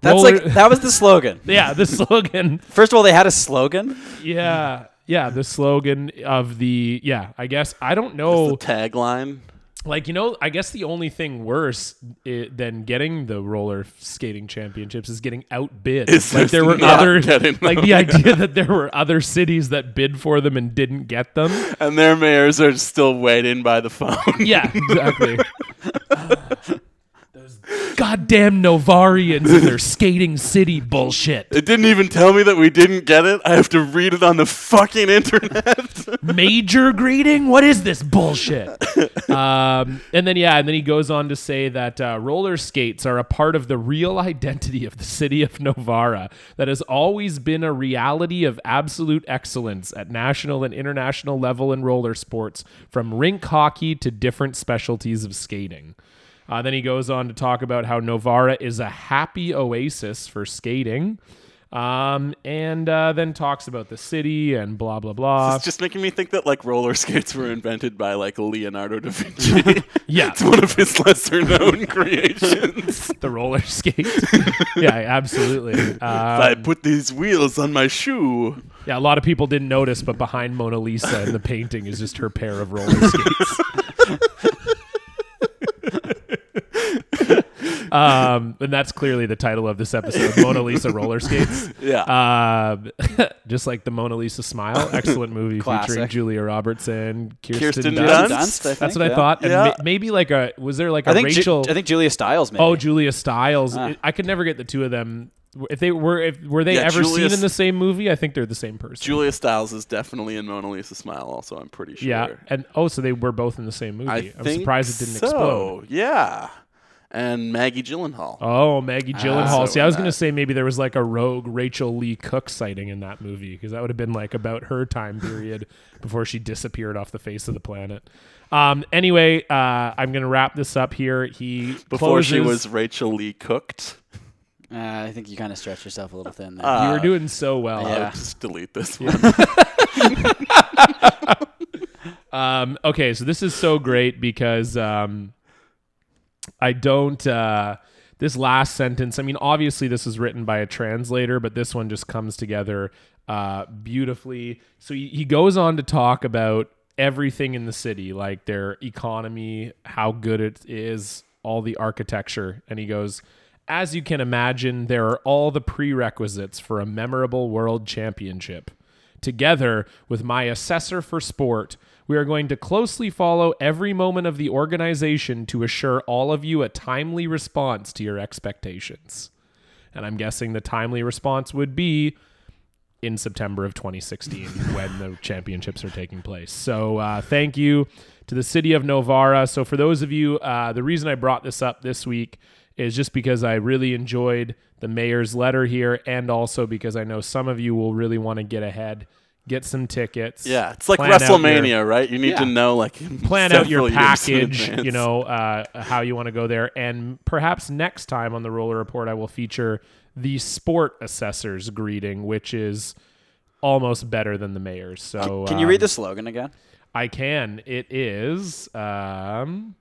That's Roller- like that was the slogan. yeah, the (laughs) slogan. First of all, they had a slogan. Yeah. Yeah, the slogan of the yeah, I guess I don't know. the tagline. like you know i guess the only thing worse i than getting the roller skating championships is getting outbid It's like just there were not other getting like them, the idea that there were other cities that bid for them and didn't get them and their mayors are still waiting by the phone. yeah (laughs) exactly those goddamn novarians and their skating city bullshit It didn't even tell me that we didn't get it. I have to read it on the fucking internet. (laughs) major greeting? What is this bullshit? (laughs) um, and then yeah, and then he goes on to say that uh, roller skates are a part of the real identity of the city of Novara that has always been a reality of absolute excellence at national and international level in roller sports, from rink hockey to different specialties of skating. Uh, then he goes on to talk about how Novara is a happy oasis for skating. Um, and uh, then talks about the city and blah, blah, blah. it's just making me think that like roller skates were invented by like Leonardo da (laughs) Vinci. (laughs) Yeah. it's one of his lesser (laughs) known creations. the roller (laughs) skate. yeah, (laughs) absolutely. Um, Uh, I put these wheels on my shoe. yeah, a lot of people didn't notice, but behind Mona Lisa in the painting is just her pair (laughs) of roller skates. um, and that's clearly the title of this episode: Mona Lisa roller skates. Yeah. Um, (laughs) just like the Mona Lisa smile. Excellent movie featuring Classic. Julia Robertson, Kirsten, Kirsten Dunst. Dunst. Dunst, I think, That's what I yeah. thought. And Yeah. ma- maybe like a was there like a I think Ju- Rachel? I think Julia Stiles. Maybe. Oh, Julia Stiles. Ah. I could never get the two of them. If they were, if were they Yeah, ever Julia seen in S- the same movie? I think they're the same person. Julia Stiles is definitely in Mona Lisa Smile. Also, I'm pretty sure. yeah, and oh, so they were both in the same movie. I am think surprised it didn't so. explode. Yeah, and Maggie Gyllenhaal. Oh, Maggie Gyllenhaal. Ah, so See, I was that- going to say maybe there was like a rogue Rachel Lee Cook sighting in that movie because that would have been like about her (laughs) time period before she disappeared off the face of the planet. Um, anyway, uh, I'm going to wrap this up here. He Before she closes- was Rachel Lee cooked. Uh, I think you kind of stretch yourself a little thin there. uh, you were doing so well. Yeah. I'll Oh, just delete this one. Um, okay, so this is so great because um, I don't. Uh, this last sentence, I mean, obviously, this is written by a translator, but this one just comes together uh, beautifully. So he, he goes on to talk about everything in the city, like their economy, how good it is, all the architecture. And he goes, As you can imagine, there are all the prerequisites for a memorable world championship. Together with my assessor for sport, we are going to closely follow every moment of the organization to assure all of you a timely response to your expectations. And I'm guessing the timely response would be in September (laughs) of 2016 when the championships are taking place. So uh, thank you to the city of Novara. So for those of you, uh, the reason I brought this up this week is just because I really enjoyed the mayor's letter here, and also because I know some of you will really want to get ahead, get some tickets. Yeah, it's like plan out your- WrestleMania, right? You need to know like plan out several your years in package, you advance. know, uh, how you want to go there. And perhaps next time on the Roller Report, I will feature the sport assessor's greeting, which is almost better than the mayor's. So Can you read um, the slogan again? I can. It is um,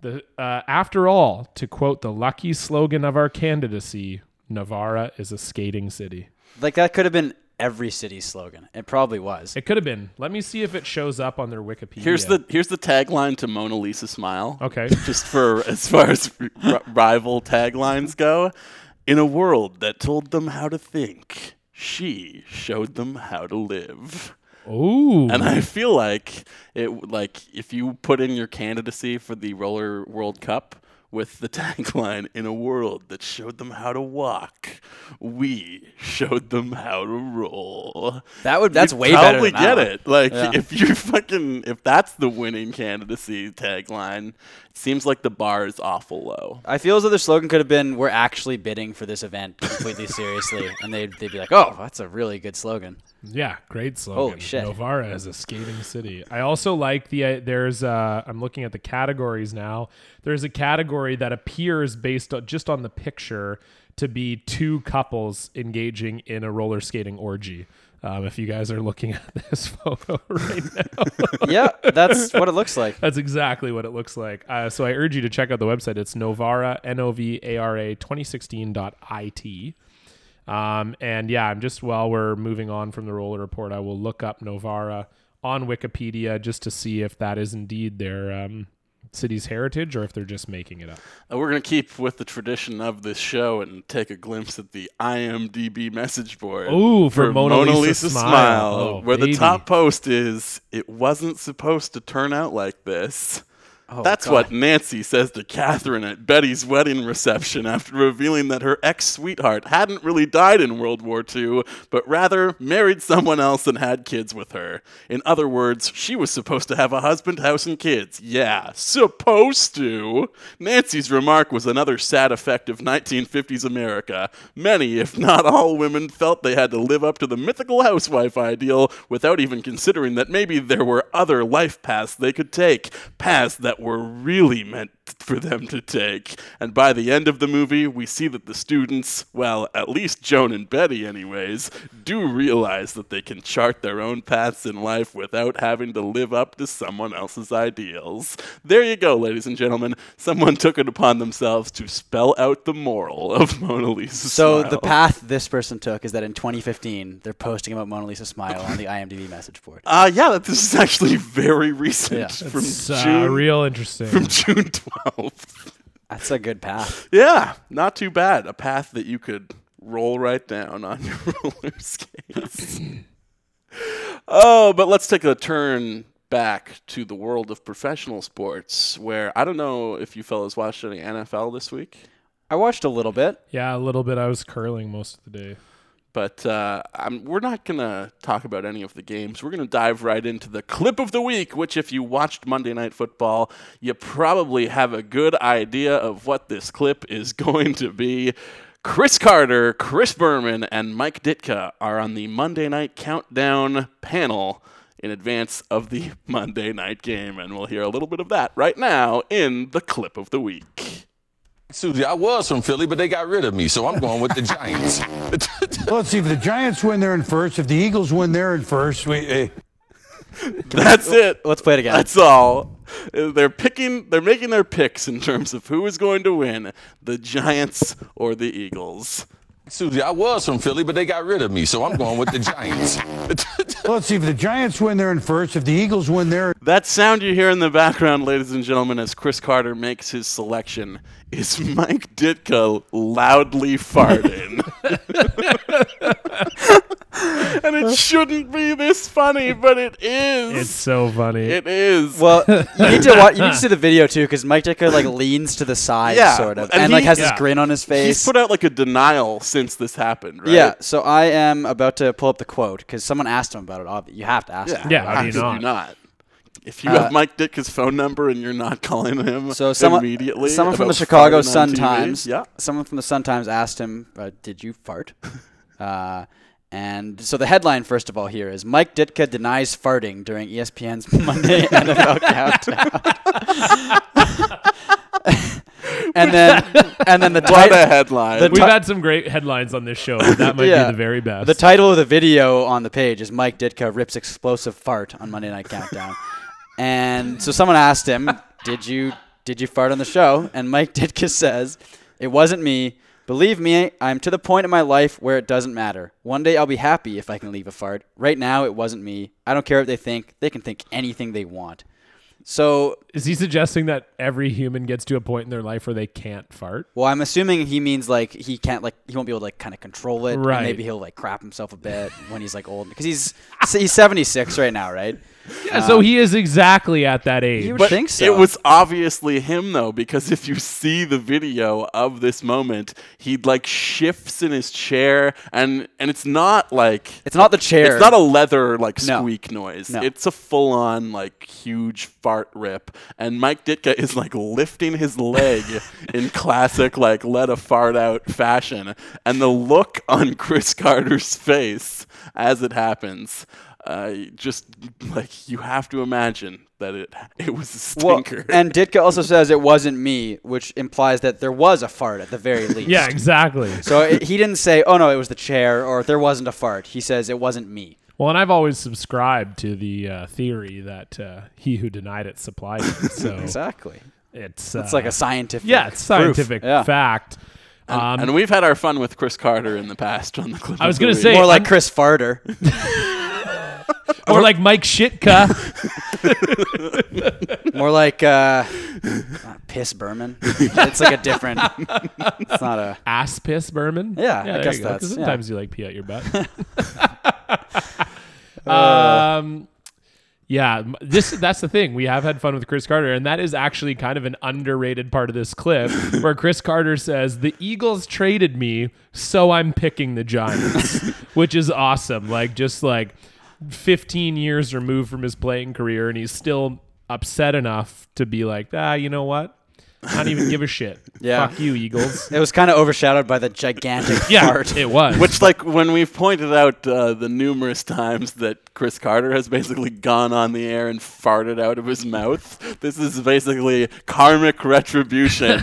the uh, after all, to quote the lucky slogan of our candidacy, Navarra is a skating city. Like that could have been every city's slogan. It probably was. It could have been. Let me see if it shows up on their Wikipedia. Here's the here's the tagline to Mona Lisa Smile. Okay. Just for as far as r- rival taglines go, in a world that told them how to think, she showed them how to live. Ooh. And I feel like it like if you put in your candidacy for the Roller World Cup with the (laughs) tagline in a world that showed them how to walk, we showed them how to roll. That would. That's You'd way better. probably than get that one. it. Like (laughs) Yeah. if you fucking if that's the winning candidacy tagline, it seems like the bar is awful low. I feel as though their slogan could have been "We're actually bidding for this event completely (laughs) seriously," and they'd, they'd be like, "Oh, that's a really good slogan." Yeah, great slogan. Holy shit. Novara is a skating city. I also like the uh, there's uh I'm looking at the categories now. There's a category that appears based on, just on the picture to be two couples engaging in a roller skating orgy. Um, if you guys are looking at (laughs) this photo right now, yeah, (laughs) that's what it looks like. that's exactly what it looks like. Uh, so I urge you to check out the website. It's Novara, N O V A R A 2016.it. Um, and yeah, I'm just while we're moving on from the roller report, I will look up Novara on Wikipedia just to see if that is indeed their um, city's heritage or if they're just making it up. Uh, We're going to keep with the tradition of this show and take a glimpse at the IMDb message board. Ooh, for Mona Lisa Smile. Oh, where baby. the top post is, it wasn't supposed to turn out like this. That's what Nancy says to Catherine at Betty's wedding reception after revealing that her ex sweetheart hadn't really died in World War II, but rather married someone else and had kids with her. In other words, she was supposed to have a husband, house, and kids. Yeah, supposed to. Nancy's remark was another sad effect of 1950s America. Many, if not all, women felt they had to live up to the mythical housewife ideal without even considering that maybe there were other life paths they could take, paths that were really meant for them to take. And by the end of the movie, we see that the students, well, at least Joan and Betty, anyways, do realize that they can chart their own paths in life without having to live up to someone else's ideals. There you go, ladies and gentlemen. Someone took it upon themselves to spell out the moral of Mona Lisa. So Smile. the path this person took is that in 2015 they're posting about Mona Lisa smile on (laughs) the IMDb message board. Uh, yeah, that- this is actually very recent Yeah. from It's uh, June, real interesting. (laughs) from June 12th. That's a good path. Yeah, not too bad. A path that you could roll right down on (laughs) your roller skates. oh, but let's take a turn back to the world of professional sports, where I don't know if you fellas watched any NFL this week, I watched a little bit. yeah, a little bit. I was curling most of the day. but uh, I'm, we're not going to talk about any of the games. We're going to dive right into the clip of the week, which, if you watched Monday Night Football, you probably have a good idea of what this clip is (laughs) going to be. Chris Carter, Chris Berman, and Mike Ditka are on the Monday Night Countdown panel in advance of the (laughs) Monday Night game, and we'll hear a little bit of that right now in the clip of the week. Susie, I was from Philly, but they got rid of me, so I'm going with (laughs) the Giants. Let's see if the Giants win, they're in first. If the Eagles win, they're in first. We, eh, That's it. Let's play it again. That's all. Uh, They're picking. They're making their picks in terms of who is going to win: the Giants or the Eagles. Susie, I was from Philly, but they got rid of me, so I'm going with the Giants. let's see if the Giants win, they're in first. If the Eagles win, they're That sound you hear in the background, ladies and gentlemen, as Chris Carter makes his selection, is Mike Ditka loudly farting. (laughs) and it shouldn't be this funny, but it is. It's so funny. it is. Well, you need to watch, you need to see the video too because Mike Dicker like leans to the side Yeah, sort of and and, like he- has yeah. this grin on his face. He's put out like a denial since this happened, right? Yeah, so I am about to pull up the quote because someone asked him about it. Ob- You have to ask him. Yeah, how do you could not? you not? If you have Mike Ditka's phone number and you're not calling him Uh, So someone, immediately, someone from the about farting Chicago on Sun TV, Times, yeah, someone from the Sun Times asked him, uh, "Did you fart?" (laughs) uh, and so the headline, first of all, here is Mike Ditka denies farting during E ESPN's (laughs) Monday NFL (laughs) countdown. (laughs) and then, and then the what a title. headline! the (laughs) We've ti- had some great headlines on this show. But that might Yeah. be the very best. The title of the video on the page is Mike Ditka rips explosive fart on Monday Night (laughs) Countdown. and so someone asked him, "Did you did you fart on the show?" And Mike Ditka says, "It wasn't me. Believe me, I'm to the point in my life where it doesn't matter. One day I'll be happy if I can leave a fart. Right now it wasn't me. I don't care what they think. They can think anything they want." So, is he suggesting that every human gets to a point in their life where they can't fart? well, I'm assuming he means like he can't like he won't be able to like kind of control it. and Right. maybe he'll like crap himself a bit when he's like old because he's he's 76 right now, right? Yeah, so he is exactly at that age. You would But think so. It was obviously him though, because if you see the video of this moment, he like shifts in his chair, and and it's not like It's not the chair. It's not a leather like No. squeak noise. No. It's a full on like huge fart rip. And Mike Ditka is like lifting his (laughs) leg in classic like let a fart out fashion. And the look on (laughs) Chris Carter's face as it happens, uh, just like you have to imagine that it it was a (laughs) Well, stinker. and Ditka also says it wasn't me, which implies that there was a fart at the very least. yeah, exactly. So it, he didn't say, "Oh no, it was the chair," or "There wasn't a fart." He says it wasn't me. Well, and I've always subscribed to the uh, theory that uh, he who denied it (laughs) supplied it. So Exactly. it's It's like uh, a scientific. yeah, it's proof. scientific Yeah. fact. Um, and we've had our fun with Chris Carter in the past on the clip. I of was the gonna week. say- More Hey, like I'm- Chris Farter. or like (laughs) Mike Shitka. More like uh, not piss Berman. It's like a different. It's not a. Ass piss Berman. Yeah, I there guess you go, 'cause that's- yeah. sometimes you like pee out (laughs) your butt. (laughs) Uh, um, yeah, m- this that's the thing. We have had fun with Chris Carter, and that is actually kind of an underrated part of this (laughs) clip where Chris Carter says, "The Eagles traded me, so I'm picking (laughs) the Giants," which is awesome. Like just like 15 years removed from his playing career, and he's still upset enough to be like, "Ah, you know what." I don't even give a shit. (laughs) Yeah. Fuck you, Eagles. It was kind of overshadowed by the gigantic Yeah, fart. it was. Which, like, when we've pointed out uh, the numerous times that Chris Carter has basically gone on the air and farted out of his mouth, this is basically karmic retribution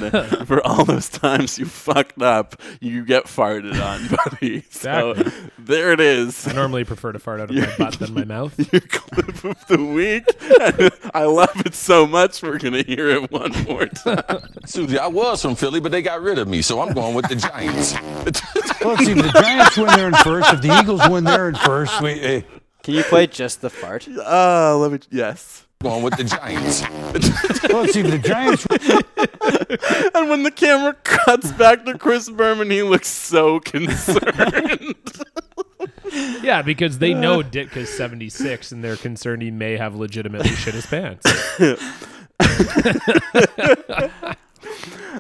for all those times you fucked up. You get farted on, (laughs) buddy. So Exactly. there it is. (laughs) I normally prefer to fart out of my butt than my mouth. Your clip of the week. I love it so much. We're gonna hear it one more time. Susie, I was from Philly, but they got rid of me, so I'm going with the Giants. Well, let's see if the Giants win there in first. If the Eagles win there in (laughs) first, we, eh, Can you play just the fart? Oh, let me. Yes. going with the Giants. well, let's see if the Giants. And when the camera cuts back to Chris Berman, he looks so (laughs) concerned. Yeah, because they know Dick is 76 and they're concerned he may have legitimately shit his pants.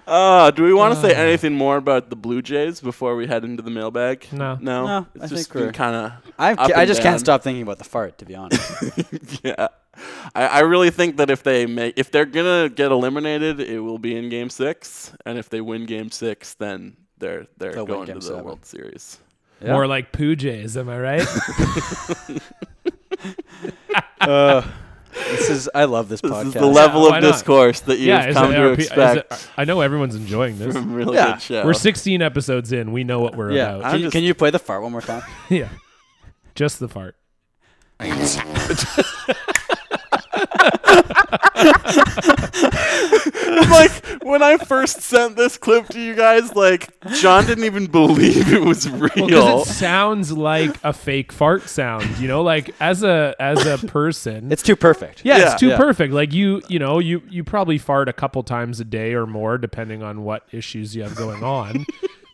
uh, do we want to say anything more about the Blue Jays before we head into the mailbag? No. No. No, it's I just think we're- kind of. I, Up I and just down. can't stop thinking about the fart, to be honest. (laughs) Yeah. I, I really think that if they make if they're gonna get eliminated, it will be in game six. And if they win game six, then they're they're They'll win going to game the seven. World Series. More like Pooh Jays, am I right? This is I love this Uh, This podcast. is the level why of not? discourse that you've yeah, is come it to RP is it- expect. I know everyone's enjoying this. from really Yeah. good show. (laughs) We're 16 episodes in. We know what we're yeah. about. Can, you- just- can you play the fart one more time? (laughs) yeah. Just the fart. like when I first sent this clip to you guys, like John didn't even believe it was real. Because it sounds like a fake fart sound, you know, like as a (laughs) as a person. It's too perfect. yeah, Yeah. it's too Yeah. perfect. Like you, you know, you you probably fart a couple times a day or more, depending on what issues you have going (laughs) on.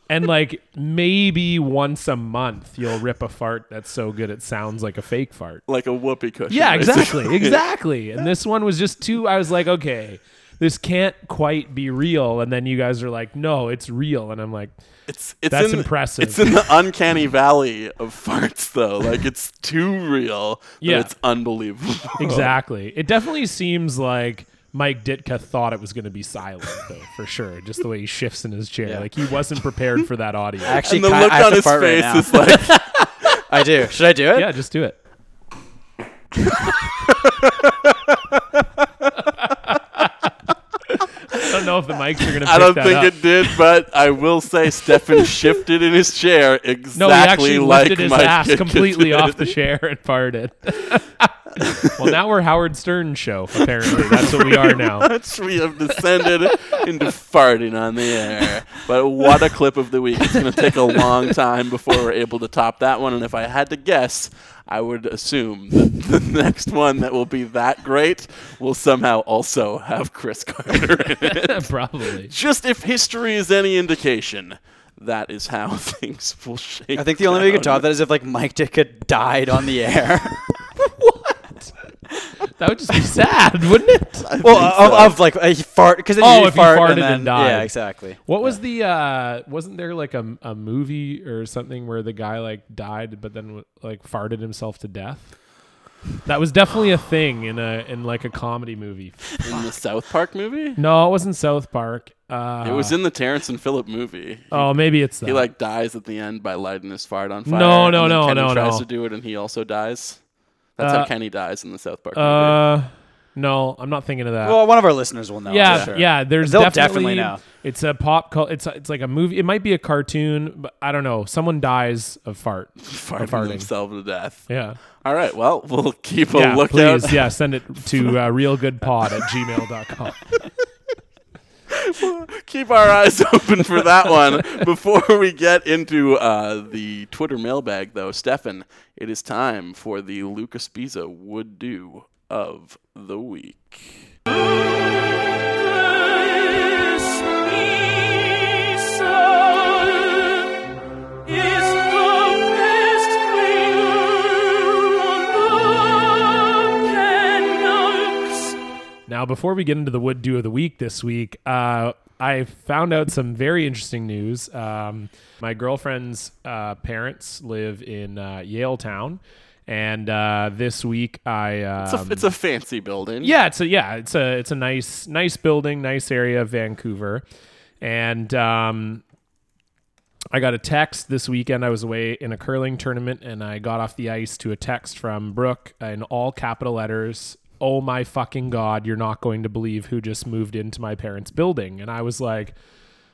and like maybe once a month, you'll rip a fart that's so good it sounds like a fake fart. like a whoopee cushion. (laughs) Yeah, basically. exactly, exactly. And this one was just too. I was like, okay, this can't quite be real. And then you guys are like, no, it's real. And I'm like, It's, it's That's in, impressive. It's in the uncanny valley of farts, though. Like it's too real. Yeah, Yeah. it's (laughs) unbelievable. exactly. It definitely seems like. Mike Ditka thought it was going to be silent, though, for sure. Just the way he shifts in his chair, Yeah. like he wasn't prepared for (laughs) that audio. Actually, And the kind- look I have on to his fart face right now. is (laughs) like, (laughs) I do. Should I do it? Yeah, just do it. I don't know if the mics are gonna. Pick I don't that think up. it did, but I will say Stefan shifted in his chair exactly No, he actually like lifted his Mike ass Ditka (laughs) completely did. off the chair and farted. (laughs) well, now we're Howard Stern show. Apparently, that's what we are now. much we have descended into farting on the air. But what a clip of the week. It's going to take a long time before we're able to top that one. And if I had to guess, I would assume that the (laughs) next one that will be that great will somehow also have Chris Carter in it. (laughs) Probably. Just if history is any indication, that is how (laughs) things will shape. I think the only way you could down. top that is if like Mike Ditka died on the (laughs) air. That would just be sad, wouldn't (laughs) it? well, of, of like a fart because Oh, you if he fart farted and, then, and died. Yeah, exactly. What was the? uh Wasn't there like a, a movie or something where the guy like died, but then like farted himself to death? That was definitely a thing in a in like a comedy movie. in the South Park movie? No, it wasn't South Park. Uh, It was in the Terrence and Phillip movie. Oh, maybe it's that. He like dies at the end by lighting his fart on fire. No, and no, then no, Kenny no, Tries no. to do it, and he also dies. That's how Uh, Kenny dies in the South Park movie. Uh, no, I'm not thinking of that. Well, one of our listeners will know. yeah, for sure. yeah. There's They'll definitely definitely, know. It's a pop. Cult, it's it's like a movie. It might be a cartoon, but I don't know. Someone dies of fart. Farting, farting. himself to death. Yeah. All right. Well, we'll keep a yeah. lookout. Please, yeah. Send it to uh, realgoodpod at gmail.com. (laughs) keep our eyes open for that one. (laughs) Before we get into uh, the Twitter mailbag, though, Stefan, it is time for the Lucas Biza would do of the week. Now, before we get into the would do of the week this week, uh, I found out some very interesting news. Um, my girlfriend's uh, parents live in uh, Yale Town, and uh, this week I um, It's, a, it's a fancy building. yeah, it's a yeah, it's a it's a nice nice building, nice area of Vancouver, and um, I got a text this weekend. I was away in a curling tournament, and I got off the ice to a text from Brooke in all capital letters. Oh my fucking god! You're not going to believe who just moved into my parents' building, and I was like.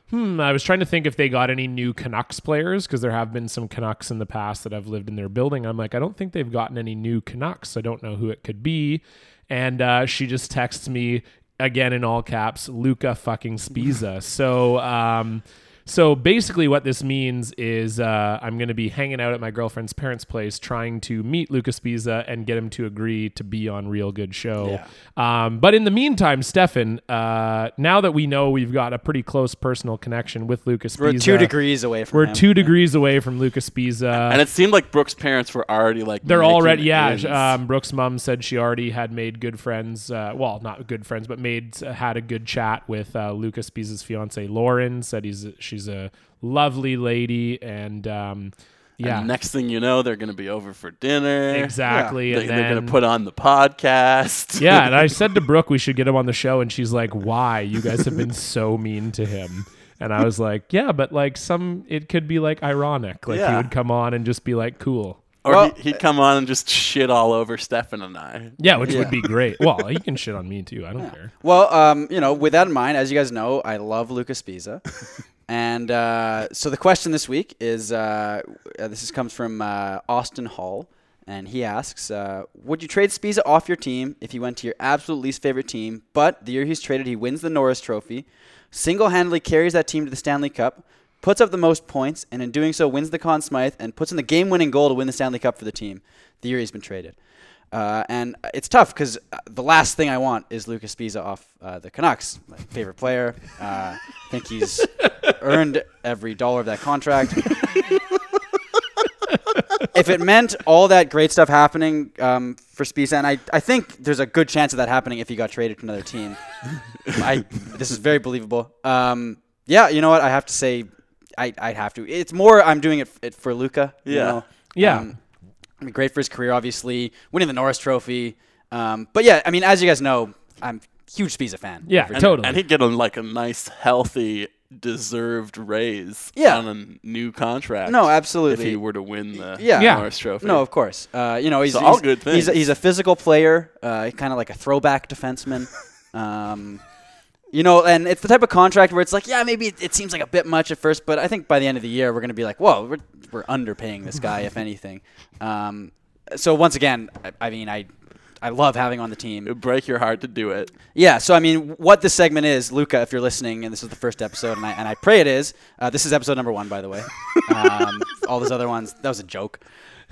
Hmm, I was trying to think if they got any new Canucks players because there have been some Canucks in the past that have lived in their building. I'm like, I don't think they've gotten any new Canucks. I don't know who it could be. And uh, she just texts me again in all caps, Luca fucking Spiza. so, um, so basically, what this means is uh, I'm going to be hanging out at my girlfriend's parents' place, trying to meet Lucas Biza and get him to agree to be on Real Good Show. Um, but in the meantime, Stefan, uh, now that we know we've got a pretty close personal connection with Lucas, We're Biza, two degrees away from uh, We're him. two degrees away from Lucas Biza. And it seemed like Brooks' parents were already like They're making already yeah. ends. sh- Um, Brooke's mom said she already had made good friends. Uh, well, not good friends, but made uh, had a good chat with uh, Lucas Biza's fiance Lauren. Said he's she's a lovely lady, and um, yeah, And next thing you know, they're going to be over for dinner. exactly. They, And are then, going to put on the podcast. yeah, and I said to Brooke we should get him on the show, and she's like, "Why? You guys have been so mean to him." And I was like, "Yeah, but like some, it could be like ironic. Like he Yeah. would come on and just be like, cool." Or he, he'd come on and just shit all over Stefan and I. Yeah, which would be great. Well, he can shit on me too. I don't care. Well, um, you know, with that in mind, as you guys know, I love Lucas (laughs) Pisa. and uh, so the question this week is uh, uh, this is, comes from uh, Austin Hall. And he asks, uh, would you trade Spiza off your team if he went to your absolute least favorite team? But the year he's traded, he wins the Norris Trophy, single-handedly carries that team to the Stanley Cup, puts up the most points, and in doing so wins the Conn Smythe and puts in the game-winning goal to win the Stanley Cup for the team. The year he's been traded. Uh, and it's tough because the last thing I want is Lucas Pisa off uh, the Canucks, my favorite player. Uh, I think he's earned every dollar of that contract. (laughs) if it meant all that great stuff happening um, for Spisa, and I, I think there's a good chance of that happening if he got traded to another team. (laughs) I this is very believable. Um, yeah, you know what? I have to say, I I have to. It's more I'm doing it, f- it for Luca. you Yeah. know? Yeah. Um, I mean, great for his career, obviously, winning the Norris Trophy. Um, but yeah, I mean, as you guys know, I'm a huge Spiza fan. Yeah, Every- totally. And he'd get a, like a nice, healthy, deserved raise Yeah. on a new contract. No, absolutely. If he were to win the Yeah. Yeah. Norris Trophy. No, of course. Uh, you know, he's So all he's- good He's a, things. he's a physical player, uh, kind of like a (laughs) throwback defenseman. um, you know, and it's the type of contract where it's like, yeah, maybe it, it seems like a bit much at first, but I think by the end of the year we're going to be like, whoa, we're we're underpaying this (laughs) guy, if anything. Um, so once again, I, I mean, I I love having on the team. It would break your heart to do it. Yeah, so I mean, what this segment is, Luca, if you're listening, and this is the first episode, and I, and I pray it is. Uh, this is episode number one, by the way. Um, all those other ones, that was a joke.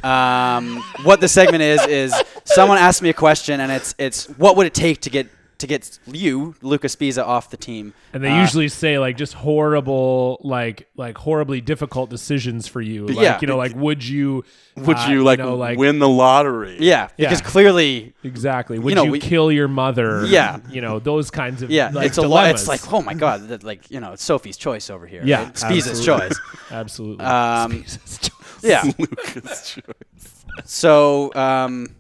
Um, what this segment is is someone asked me a question, and it's it's what would it take to get to get you, Luca Spiza, off the team? Uh, And they usually say like just horrible, like like horribly difficult decisions for you. Like yeah. you know, like would you Would uh, you like, know, win the lottery? Yeah, because clearly, exactly? Would you, know, we- kill your mother? Yeah. you know those kinds of yeah, Like, it's a lot. dilemmas. It's like, oh my god, that, like you know, it's Sophie's choice over here. Yeah, right? Spiza's absolutely. choice. absolutely. Um, yeah, (laughs) Lucas Choice. So um,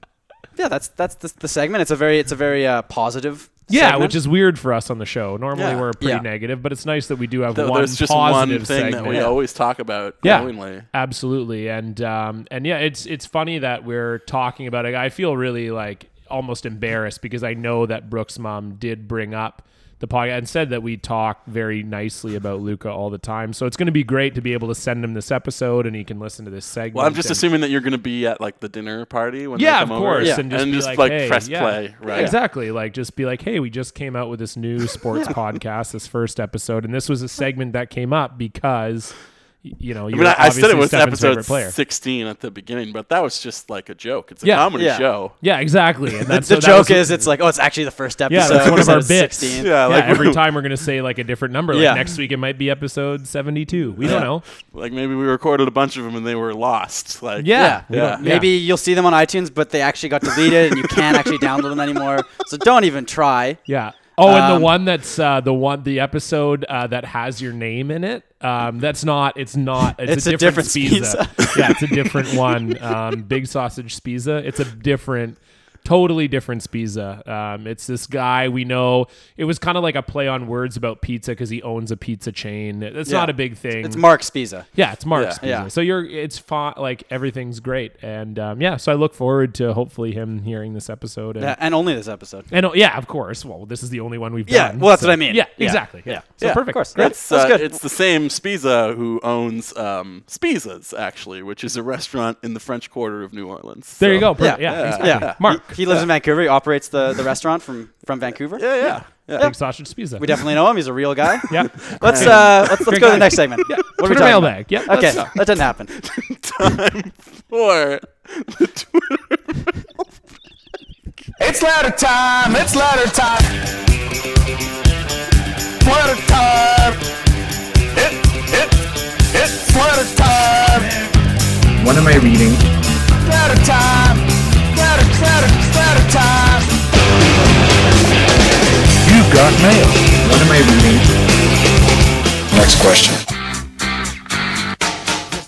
yeah, that's that's the, the segment. It's a very it's a very uh, positive. (laughs) yeah, segment. which is weird for us on the show. Normally Yeah. we're pretty Yeah. negative, but it's nice that we do have Th- one There's just one positive thing segment. that we always talk about yeah, glowingly. absolutely, and um, and yeah, it's it's funny that we're talking about it. I feel really like almost embarrassed because I know that Brooks' mom did bring up the podcast and said that we talk very nicely about Luca all the time. So it's going to be great to be able to send him this episode and he can listen to this segment. Well, I'm just and- assuming that you're going to be at like the dinner party when yeah, they of come course, over, and just, be like, like, hey, press yeah. play, right? Exactly, like just be like, hey, we just came out with this (laughs) new sports podcast, this first episode, and this was a segment that came up because, y- you know, I you're mean, I, I said it obviously was Stefan's episode favorite player. 16 at the beginning, but that was just like a joke. It's a Yeah. comedy Yeah. show. Yeah, (laughs) exactly. And that's the so that joke was- is it's like, oh, it's actually the first episode. yeah, that's one of our bits. 16. Yeah, like- every time we're gonna say like a different number. Like Yeah. next week it might be episode seventy-two. We don't know. Like maybe we recorded a bunch of them and they were lost. Like Yeah, we Yeah. don't- Maybe you'll see them on iTunes, but they actually got deleted and you can't (laughs) actually download them anymore. So don't even try. Yeah. Oh, and Um, the one that's uh, the one the episode uh, that has your name in it. Um, that's not. It's not. It's, It's a a different, different Spiza. (laughs) yeah, it's a different one. Um, Big sausage Spiza. It's a different. Totally different Spiza. Um, it's this guy we know. It was kind of like a play on words about pizza because he owns a pizza chain. It's Yeah. not a big thing. It's Mark Spiza. Yeah, it's Mark's. Yeah. Yeah. Yeah. So you're, it's fine. Like everything's great, and um, yeah. So I look forward to hopefully him hearing this episode. And, Yeah, and only this episode. and oh, yeah, of course. Well, this is the only one we've Yeah, done. well, that's so- what I mean. Yeah, Yeah. exactly. Yeah. Yeah. So Yeah, of perfect. course. Great. It's, That's uh, good. it's the same Spiza who owns um, Spiza's, actually, which is a restaurant in the French Quarter of New Orleans. There you So- go. Perfect. Yeah. Yeah. exactly. Yeah. Mark. He lives in Vancouver. He operates the, the restaurant from, from Vancouver. Yeah, yeah. yeah. Big sausage pizza. We definitely know him. He's a real guy. (laughs) Yeah. Let's uh, let's, let's go to the next segment. What are we Twitter talking about? mailbag. Yep. Okay, that doesn't happen. Time for the Twitter. It's ladder time. It's ladder time. Sweater time. It, it, it's sweater time. What am I reading? Ladder time. Ladder, ladder, ladder time. You got mail. What am I reading? Next question.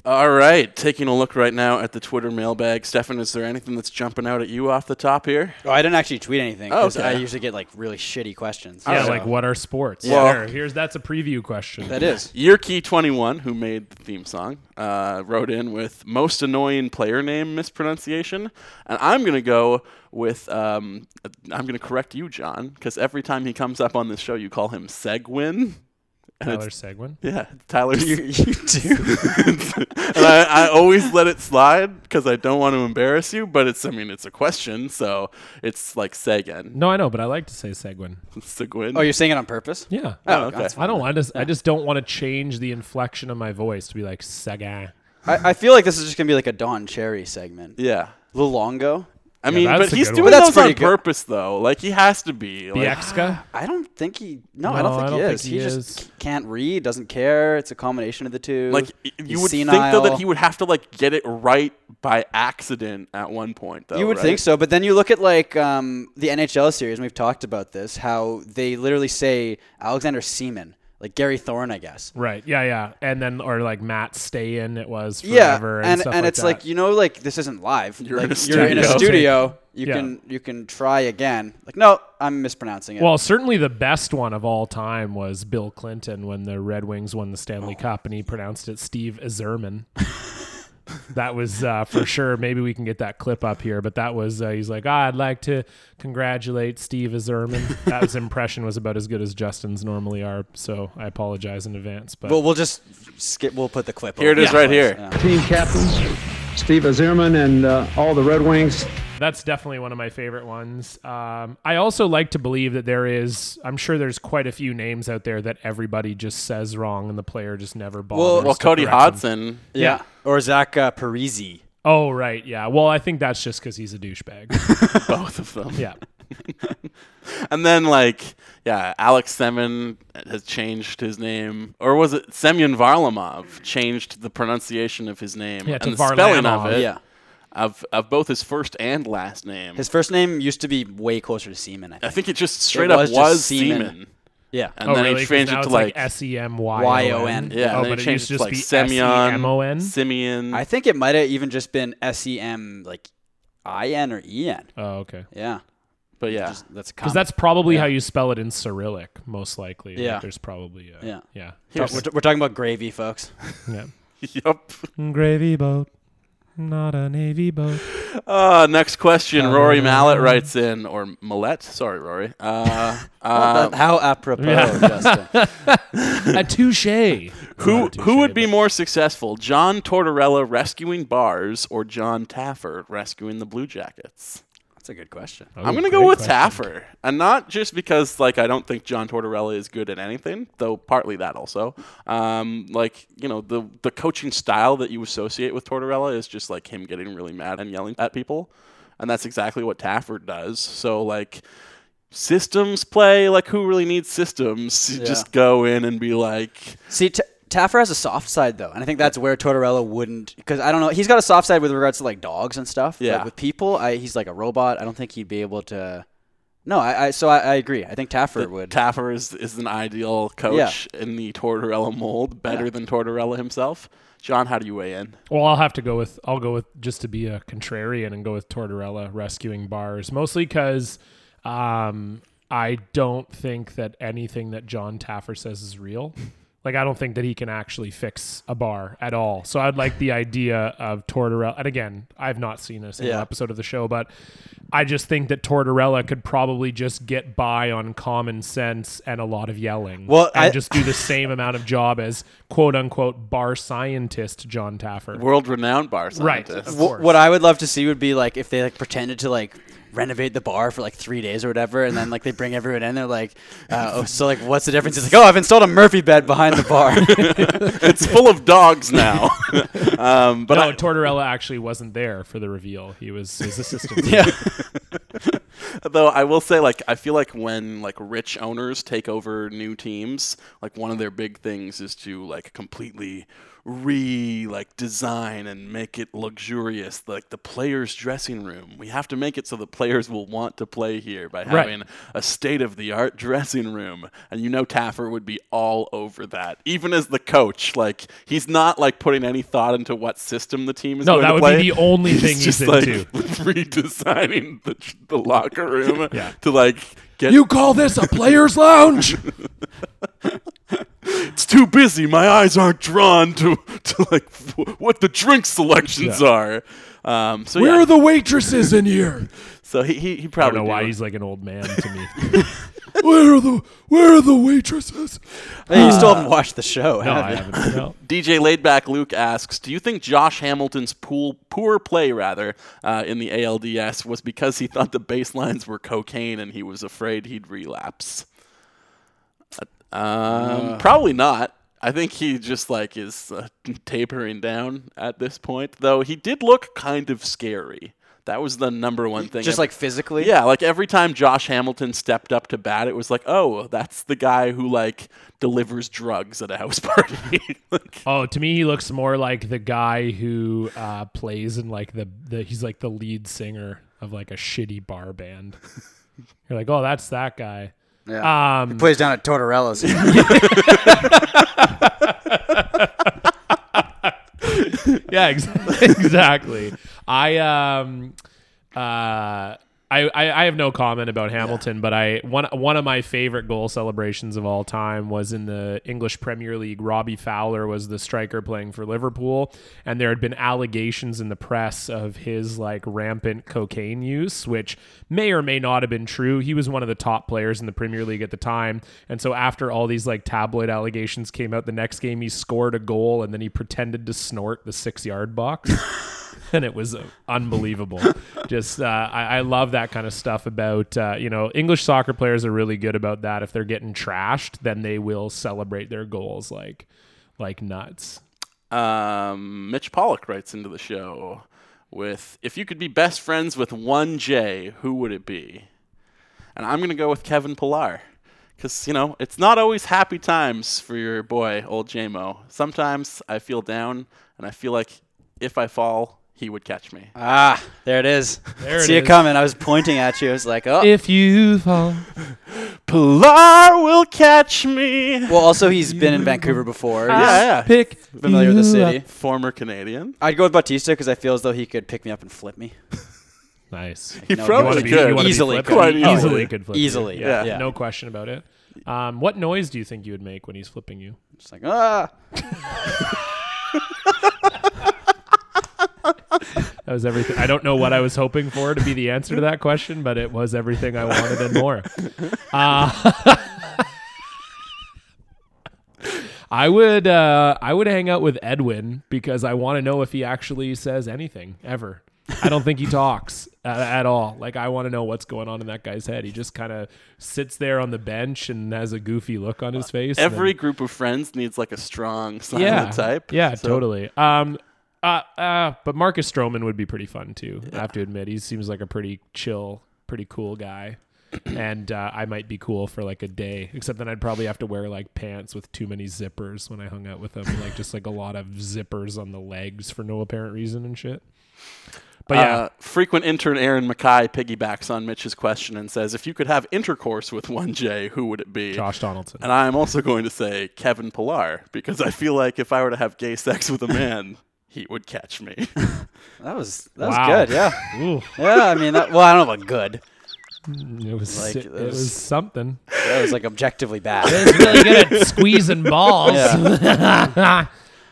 All right. Taking a look right now at the Twitter mailbag. Stefan, is there anything that's jumping out at you off the top here? Oh, I didn't actually tweet anything 'cause okay. I usually get like really shitty questions. Yeah. Like what are sports? Well- There, here's that's a preview question. that is. Yerkey21, who made the theme song, uh, wrote in with most annoying player name mispronunciation. And I'm going to go with, um, I'm going to correct you, John, because every time he comes up on this show, you call him Segwin. (laughs) Tyler Seguin. Yeah, Tyler. (laughs) You, you do. (laughs) and I, I always let it slide because I don't want to embarrass you, but it's, I mean, it's a question, so it's like Sagan. No, I know, but I like to say Seguin. Segwin. Oh, you're saying it on purpose? Yeah. Oh, okay. that's fine. I don't. I just. I just don't want to change the inflection of my voice to be like Seguin. I, I feel like this is just gonna be like a Don Cherry segment. Yeah. Lilongo. I mean, that's but a he's good doing one. That's those on pretty good. purpose, though. Like, he has to be. Like, Biexka. I don't think he. No, No, I don't think I don't he think is. he he is. just c- can't read, doesn't care. It's a combination of the two. Like y- you He's would think senile. though that he would have to like get it right by accident at one point though. You would right? think so, but then you look at like um, the NHL series, and we've talked about this, how they literally say Alexander Seaman, like Gary Thorne, I guess. Right. Yeah. Yeah. And then or like Matt Stay in. It was. Yeah, Forever and stuff and it's that. like you know, like this isn't live. You're in like a you're in a studio. (laughs) studio. You Yeah. can you can try again. Like no, I'm mispronouncing it. Well, certainly the best one of all time was Bill Clinton when the Red Wings won the Stanley Cup, and he pronounced it Steve (laughs) Azerman. that was uh, for sure. Maybe we can get that clip up here, but that was uh, he's like, ah, I'd like to congratulate Steve Azerman. (laughs) That was impression was about as good as Justin's normally are, so I apologize in advance. But but we'll just skip. We'll put the clip. Here it over is the right place. here. Yeah. Team captains, Steve Azerman and uh, all the Red Wings. That's definitely one of my favorite ones. Um, I also like to believe that there is, I'm sure there's quite a few names out there that everybody just says wrong and the player just never bothers. Well, to Cody correct them. Hodson. Yeah. Or Zach uh, Parisi. Oh right, yeah. Well, I think that's just because he's a douchebag. (laughs) both of them. yeah, And then like yeah, Alex Semin has changed his name, or was it Semyon Varlamov changed the pronunciation of his name Yeah, to and the spelling of Varlamov. it Yeah. of of both his first and last name. His first name used to be way closer to Seaman. I I think. think it just straight It up was just was Seaman. Seaman. Yeah. And oh then he really? 'Cause changed now it to it's like, like S E M Y O Y-O-N. N. yeah, Oh, and then but he it changed used it to to just like be E Semyon, S-E-M-O-N. Simeon. I think it might have even just been S E M like I N or E N. Oh okay. Yeah. but yeah, Just, that's a Um, Because common. that's probably how you spell it in Cyrillic, most likely. Like, Yeah. there's probably a, Yeah. yeah, (laughs) we're, we're talking about gravy, folks. yeah. yep. Gravy boat. Not a Navy boat. Uh, next question. Rory Mallet writes in, or Millette. Sorry, Rory. Uh, (laughs) uh, (laughs) How apropos, Justin. a touche. who who would be more successful, John Tortorella rescuing bars or John Taffer rescuing the Blue Jackets? That's a good question. I'm gonna go with Taffer, and not just because like I don't think John Tortorella is good at anything, though partly that also. Um, like you know the the coaching style that you associate with Tortorella is just like him getting really mad and yelling at people, and that's exactly what Taffer does. So like systems play, like who really needs systems? (laughs) You Yeah. Just go in and be like, See, T- Taffer has a soft side though, and I think that's where Tortorella wouldn't. Because I don't know, he's got a soft side with regards to like dogs and stuff. but Yeah. with people, I, he's like a robot. I don't think he'd be able to. No, I. I so I, I agree. I think Taffer would. Taffer is, is an ideal coach in the Tortorella mold, better than Tortorella himself. John, how do you weigh in? Well, I'll have to go with I'll go with just to be a contrarian and go with Tortorella rescuing bars, mostly because um, I don't think that anything that John Taffer says is real. Like I don't think that he can actually fix a bar at all. So I'd like the idea of Tortorella. And again, I've not seen a single Yeah. episode of the show, but I just think that Tortorella could probably just get by on common sense and a lot of yelling. Well, and I- just do the same amount of job as quote unquote bar scientist John Taffer. World renowned bar Right. scientist. Of Wh- course. what I would love to see would be like if they like pretended to like renovate the bar for like three days or whatever, and then like they bring everyone in. They're like, uh, oh, so like what's the difference? It's like, oh, I've installed a Murphy bed behind (laughs) the bar. (laughs) it's full of dogs now. um, but no, I- Tortorella actually wasn't there for the reveal. He was his assistant. (laughs) though I will say, like, I feel like when like rich owners take over new teams, like one of their big things is to like completely re like design and make it luxurious, like the players' dressing room. We have to make it so the players will want to play here by Right. having a state of the art dressing room. And you know Taffer would be all over that. Even as the coach, like he's not like putting any thought into what system the team is No, going that to would be play. the (laughs) only he's thing he's just, into. like, redesigning the, the locker (laughs) room Yeah. to like get call this a player's lounge? it's too busy my eyes aren't drawn to to like w- what the drink selections are um so yeah. the waitresses in here? so he he, he I probably don't know why knew. he's like an old man to me. (laughs) where are the where are the waitresses? Hey, you Uh, still haven't watched the show, No, have I you? haven't. No. DJ Laidback Luke asks, "Do you think Josh Hamilton's pool, poor play, rather, uh, in the ALDS was because he thought the baselines were cocaine and he was afraid he'd relapse?" Um, Uh. Probably not. I think he just like is uh, tapering down at this point. Though he did look kind of scary. That was the number one thing. Just like physically. Yeah, like every time Josh Hamilton stepped up to bat, it was like, oh, that's the guy who like delivers drugs at a house (laughs) party. Like, Oh, to me, he looks more like the guy who uh, plays in like the, the he's like the lead singer of like a shitty bar band. You're like, oh, that's that guy. Yeah. Um, Plays down at Tortorella's. yeah, ex- exactly. (laughs) I um uh I, I I have no comment about Hamilton, but I one one of my favorite goal celebrations of all time was in the English Premier League. Robbie Fowler was the striker playing for Liverpool, and there had been allegations in the press of his like rampant cocaine use, which may or may not have been true. He was one of the top players in the Premier League at the time. And so after all these like tabloid allegations came out, the next game he scored a goal and then he pretended to snort the six yard box. and it was uh, unbelievable. Just uh, I, I love that kind of stuff about uh, you know English soccer players are really good about that. If they're getting trashed, then they will celebrate their goals like like nuts. Um, Mitch Pollock writes into the show with, "If you could be best friends with one J, who would it be?" And I'm gonna go with Kevin Pillar, because you know it's not always happy times for your boy, old JMO. Sometimes I feel down, and I feel like if I fall, he would catch me. Uh, Ah, there it is. There it See is. it coming. I was pointing at you. I was like, oh. If you fall, Pillar will catch me. well, also he's been in Vancouver before. Ah. He's yeah, yeah. pick familiar with the city. Former Canadian. I'd go with Batista because I feel as though he could pick me up and flip me Nice. He no, you You wanna probably be- you could. wanna be Easily flipped? could. Quite easily, easily. could flip. you. easily. Yeah, Yeah. no question about it. Um, what noise do you think you would make when he's flipping you? It's like ah. That was everything. I don't know what I was hoping for to be the answer to that question, but it was everything I wanted and more. Uh, (laughs) I would uh, I would hang out with Edwin because I want to know if he actually says anything ever. I don't think he talks at, at all. Like I want to know what's going on in that guy's head. He just kind of sits there on the bench and has a goofy look on his face. and Every group of friends needs like a strong silent yeah, type. Yeah, So- totally. Um, uh, uh, but Marcus Stroman would be pretty fun too. I have to admit, he seems like a pretty chill, pretty cool guy. (clears throat) and uh, I might be cool for like a day, except then I'd probably have to wear like pants with too many zippers when I hung out with him, like just like a lot of zippers on the legs for no apparent reason and shit. But yeah, Uh, frequent intern Aaron Mackay piggybacks on Mitch's question and says, "If you could have intercourse with one J, who would it be?" Josh Donaldson. And I'm also going to say Kevin Pillar because I feel like if I were to have gay sex with a man, (laughs) he would catch me. (laughs) That was that was Wow. good. Yeah. Ooh, Yeah, I mean, that, well, I don't know about good. it was Like, si- that it was- was something. That was like objectively bad. It's really good at squeezing balls. Um,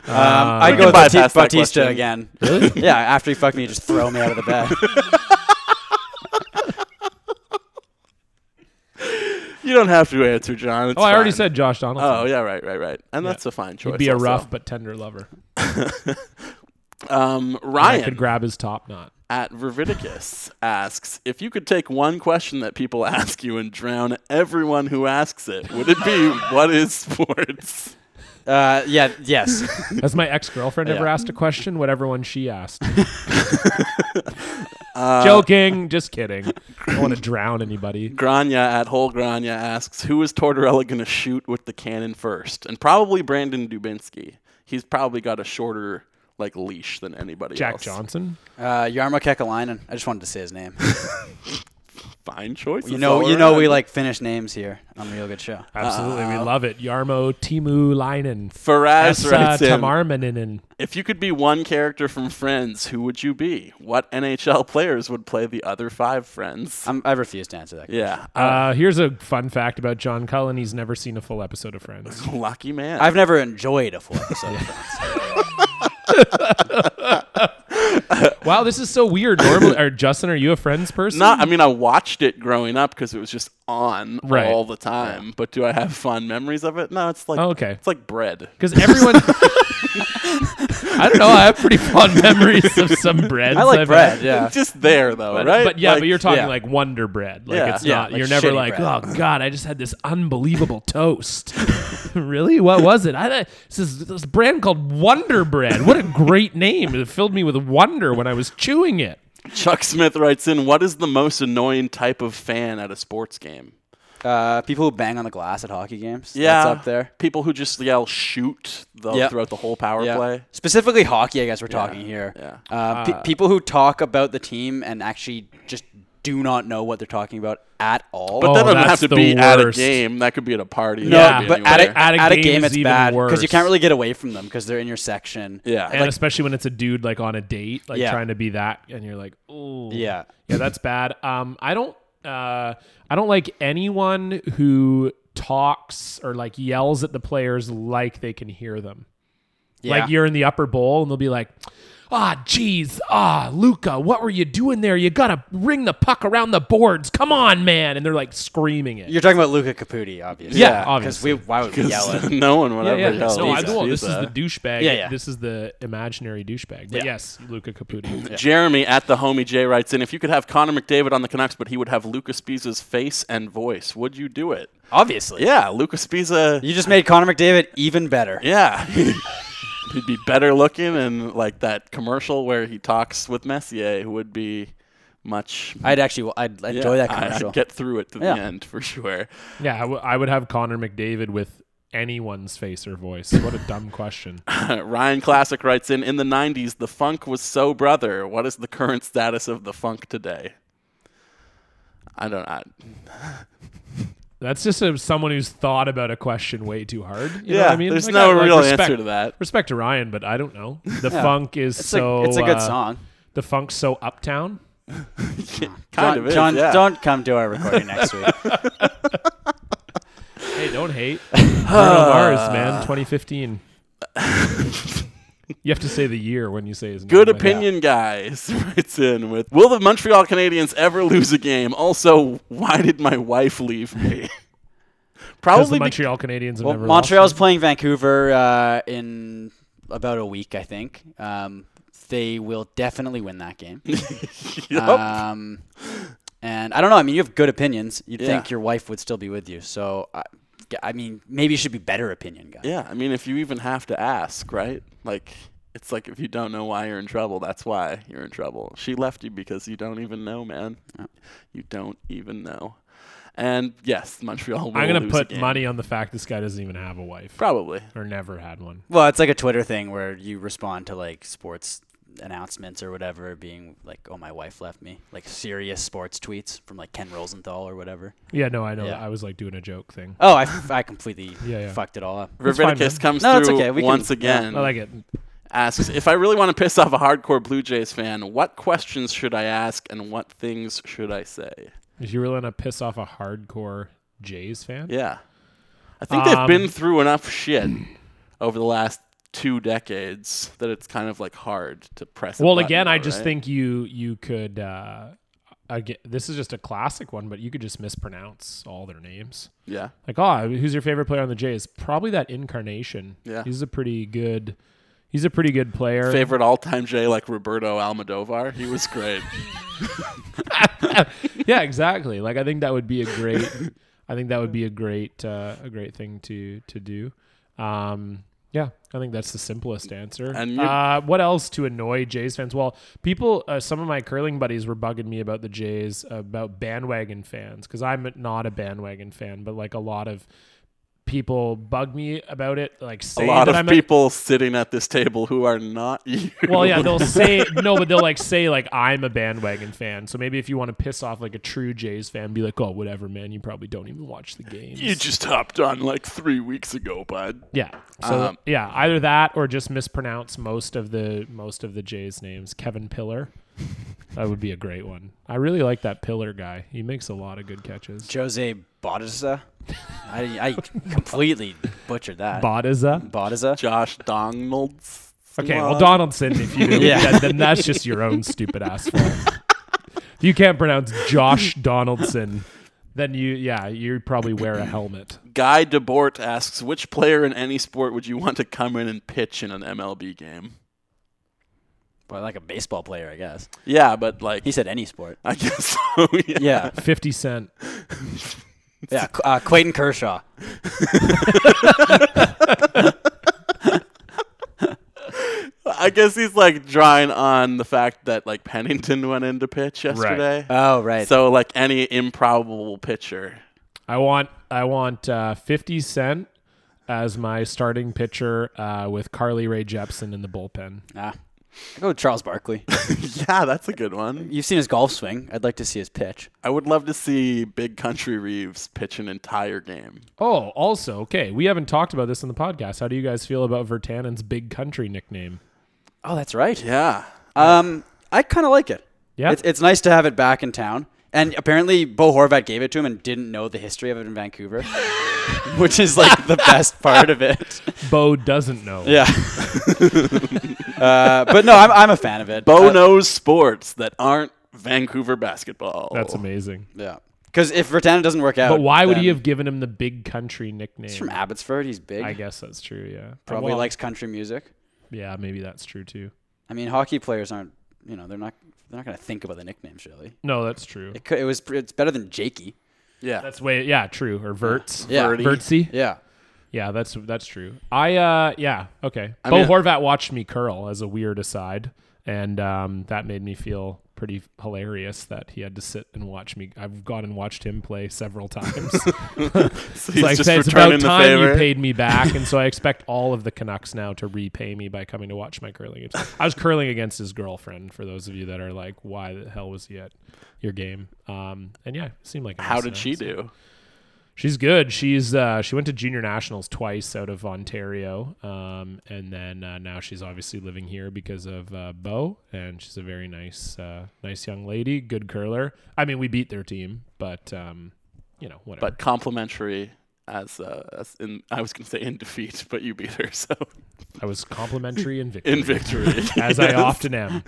I'd go with bypass Bati- that Batista question. again. (laughs) yeah, after he fucked me, he just throw me out of the bed. (laughs) you don't have to answer, John. It's (laughs) Oh, I already fine. said Josh Donaldson. Oh yeah, right, right, right. And that's a fine choice. He'd be a also. rough but tender lover. Um, I Ryan could grab his top knot. at Verviticus asks if you could take one question that people (laughs) ask you and drown everyone who asks it. Would it (laughs) be what is sports? Uh, yeah, yes. Has my ex girlfriend ever Yeah. asked a question? Whatever one (laughs) she asked. (laughs) Uh, Joking, just kidding. (laughs) I don't want to drown anybody. Grania at Whole Grania asks who is Tortorella going to shoot with the cannon first, and probably Brandon Dubinsky. He's probably got a shorter like leash than anybody Jack else. Johnson. Uh, Yarmo Kekalainen. I just wanted to say his name. Fine choice. You know, you know, we like finish names here on the Real Good Show. Absolutely, Uh, we love it. Yarmo Timu Linen. Faraz Essa writes in, Tamarmaninen. If you could be one character from Friends, who would you be? What NHL players would play the other five Friends? I'm, I refuse to answer that. yeah, Uh, here's a fun fact about John Cullen. He's never seen a full episode of Friends. lucky man. I've never enjoyed a full (laughs) episode. of Friends. Wow, this is so weird. (laughs) Normally, or Justin, are you a Friends person? not. I mean, I watched it growing up because it was just on Right. all the time. But do I have fond memories of it? No, it's like Oh, okay. it's like bread. Because everyone. I don't know. I have pretty fond memories of some bread. I like bread. Yeah. It's just there though, But, right? but yeah, Like, but you're talking yeah. like Wonder Bread. Like Yeah. it's Yeah, not. like you're never shitty like, bread. oh god, I just had this unbelievable toast. (laughs) really? What was it? I had a- this is this brand called Wonder Bread. What a great name! It filled me with wonder when I was chewing it. Chuck Smith writes in, "What is the most annoying type of fan at a sports game?" (laughs) Uh, people who bang on the glass at hockey games. Yeah, That's up there. People who just yell "shoot" the, Yep. throughout the whole power Yeah. play. Specifically hockey, I guess we're talking here. yeah. Uh, pe- people who talk about the team and actually just do not know what they're talking about at all. But Oh, that doesn't have that's to the be at a worst. game. That could be at a party. no, That could be but at anywhere. a, at a, game, is it's even bad because you worse. can't really get away from them because they're in your section. yeah, And especially when it's a dude like on a date, like Yeah. trying to be that, and you're like, oh, Yeah. yeah, that's bad. Um, I don't, uh, I don't like anyone who talks or like yells at the players like they can hear them. Yeah. Like you're in the upper bowl, and they'll be like, ah, geez, ah, Luca, what were you doing there? You gotta ring the puck around the boards. Come on, man! And they're like screaming it. You're talking about Luca Caputi, obviously. Yeah, Because obviously. we why would we yell (laughs) at? no one would yeah, ever yeah. yell. No, I Jesus. don't. This is Jesus. the douchebag. Yeah, yeah. This is the imaginary douchebag. But Yeah. yes, Luca Caputi. (laughs) Jeremy at the homie J writes in, if you could have Connor McDavid on the Canucks, but he would have Lucas Pisa's face and voice, would you do it? Obviously. Yeah, Lucas Pisa. You just made Connor McDavid even better. Yeah. (laughs) He'd be better looking, and like that commercial where he talks with Messier would be much. I'd actually I'd Yeah, enjoy that I- commercial. I'd get through it to Yeah. the end for sure. (laughs) Yeah, I, w- I would have Connor McDavid with anyone's face or voice. What a dumb question. Ryan Classic writes in, in the 90s, the funk was so brother. What is the current status of the funk today? I don't know. That's just a, someone who's thought about a question way too hard. You know Yeah, what I mean? there's Like, no I- like, real respect- answer to that. Respect to Ryan, but I don't know. (laughs) The funk is It's so. a, it's a good uh, song. The funk's so uptown. Kind John, of is, John yeah. don't come to (laughs) our recording next week. (laughs) Uh. Hey, don't hate. Bruno Mars, man, 2015. You have to say the year when you say his name. Good I think. opinion, guys. (laughs) Writes in with Will the Montreal Canadiens ever lose a game? Also, why did my wife leave me? (laughs) Because the Probably (laughs) because Montreal Canadiens have Well, never Montreal's lost. playing Vancouver uh, in about a week, I think. Um, they will definitely win (laughs) that game. Oh, Um, and I don't know. I mean, you have good opinions. You'd Yeah. think your wife would still be with you. So, I, I mean, maybe you should be better opinion guy. Yeah, I mean, if you even have to ask, right? Like, it's like if you don't know why you're in trouble, that's why you're in trouble. She left you because you don't even know, man. You don't even know. And yes, Montreal. Will I'm gonna lose a put game. money on the fact this guy doesn't even have a wife Probably. or never had one. Well, it's like a Twitter thing where you respond to like sports announcements or whatever, being like, "Oh, my wife left me." Like serious sports tweets from like Ken Rosenthal or whatever. Yeah, no, I know. Yeah. that. I was like doing a joke thing. Um, Oh, I, I completely (laughs) Yeah, yeah. fucked it all up. fine, Riviticus man. comes No, it's through okay. We can- once yeah. again. I like it. asks if I really want to piss off a hardcore Blue Jays fan, what questions should I ask and what things should I say? If you really want to piss off a hardcore Jays fan, Yeah. I think Um, they've been through enough shit over the last two decades that it's kind of like hard to press. a Well, button again, I though, just right? think you you could. Uh, aga this is just a classic one, but you could just mispronounce all their names. yeah, Like, oh, who's your favorite player on the Jays? Probably that incarnation. Yeah. he's a pretty good. He's a pretty good player. favorite all-time Jay like Roberto Almodovar. He was (laughs) great. Yeah, exactly. Like, I think that would be a great. I think that would be a great uh, a great thing to to do. Um, yeah, I think that's the simplest answer. And you- uh, what else to annoy Jays fans? Well, people, uh, some of my curling buddies were bugging me about the Jays, about bandwagon fans, because I'm not a bandwagon fan, but like a lot of people bug me about it. Like, a saying lot of that I'm a- people sitting at this table who are not (laughs) you. well, (laughs) yeah, they'll say no, but they'll like say like I'm a bandwagon fan. So maybe if you want to piss off like a true Jays fan, be like, oh, whatever, man. You probably don't even watch the games. you just hopped on like three weeks ago, bud. yeah. So Um, yeah, either that or just mispronounce most of the most of the Jays names. Kevin Pillar, that would be a great one. I really like that Pillar guy. He makes a lot of good catches. Jose Bautiza. I, I completely butchered that. Bodiza. Bautiza. Josh Donalds. Okay, well Donaldson, (laughs) if you do, Yeah. yeah. then that's just your own stupid ass fault. If you can't pronounce Josh Donaldson, then you yeah, you probably wear a helmet. Guy DeBort asks, which player in any sport would you want to come in and pitch in an MLB game? Well, like a baseball player, I guess. Yeah, but like, He said any sport. I guess (laughs) so. Yeah. Yeah, Fifty Cent. yeah. Qu- Uh, Clayton Kershaw. I guess he's like drawing on the fact that like Pennington went into pitch yesterday. Oh, right. So like any improbable pitcher. I want I want uh, Fifty Cent as my starting pitcher uh, with Carly Ray Jepsen in the bullpen. ah. I go with Charles Barkley. Yeah, that's a good one. You've seen his golf swing. I'd like to see his pitch. I would love to see Big Country Reeves pitch an entire game. Oh, also, okay, we haven't talked about this in the podcast. How do you guys feel about Vertanen's big country nickname? Oh, that's right. Yeah. Um, I kind of like it. Yeah. it's, it's nice to have it back in town. And apparently, Bo Horvat gave it to him and didn't know the history of it in Vancouver, (laughs) which is like the best part of it. Bo doesn't know. Yeah. uh, but no, I'm, I'm a fan of it. Bo Uh, knows sports that aren't Vancouver basketball. That's amazing. Yeah. Because if Vertana doesn't work out, But why would then- he have given him the big country nickname? He's from Abbotsford. He's big. I guess that's true. Yeah, Probably Well, likes country music. Yeah, maybe that's true too. I mean, hockey players aren't. You know, they're not. They're not going to think about the nickname, surely. No, that's true. It, could, it was. It's better than Jakey. Yeah. That's way yeah, true. Or Verts. Yeah. Verty. Vertsy. Yeah. Yeah, that's that's true. I uh yeah, okay. Bo mean- Horvat watched me curl as a weird aside, and um that made me feel pretty hilarious that he had to sit and watch me. I've gone and watched him play (laughs) several times. (laughs) So it's he's like just "Hey, it's returning about the time you favor. paid me back, and (laughs) so I expect all of the Canucks now to repay me by coming to watch my curling games. I was curling against his girlfriend. For those of you that are like, why the hell was he at your game? Um, and yeah, it seemed like a How nice did guy, she so- do? She's good. She's uh, she went to junior nationals twice out of Ontario, um, and then uh, now she's obviously living here because of uh, Bo, and she's a very nice, uh, nice young lady, good curler. I mean, we beat their team, but um, you know, whatever. But complimentary as, uh, as in, I was going to say in defeat, but you beat her. So (laughs) I was complimentary in victory. in victory, (laughs) as I often am.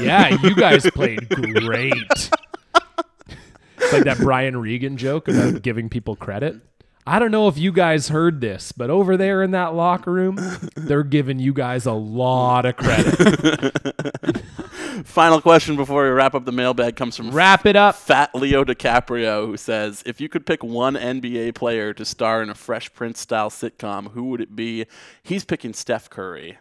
Yeah, you guys played great. It's like that Brian Regan joke about giving people credit. I don't know if you guys heard this, but over there in that locker room, they're giving you guys a lot of credit. Final question before we wrap up the mailbag comes from Wrap it up. Fat Leo DiCaprio, who says, If you could pick one NBA player to star in a Fresh Prince style sitcom, who would it be? He's picking Steph Curry.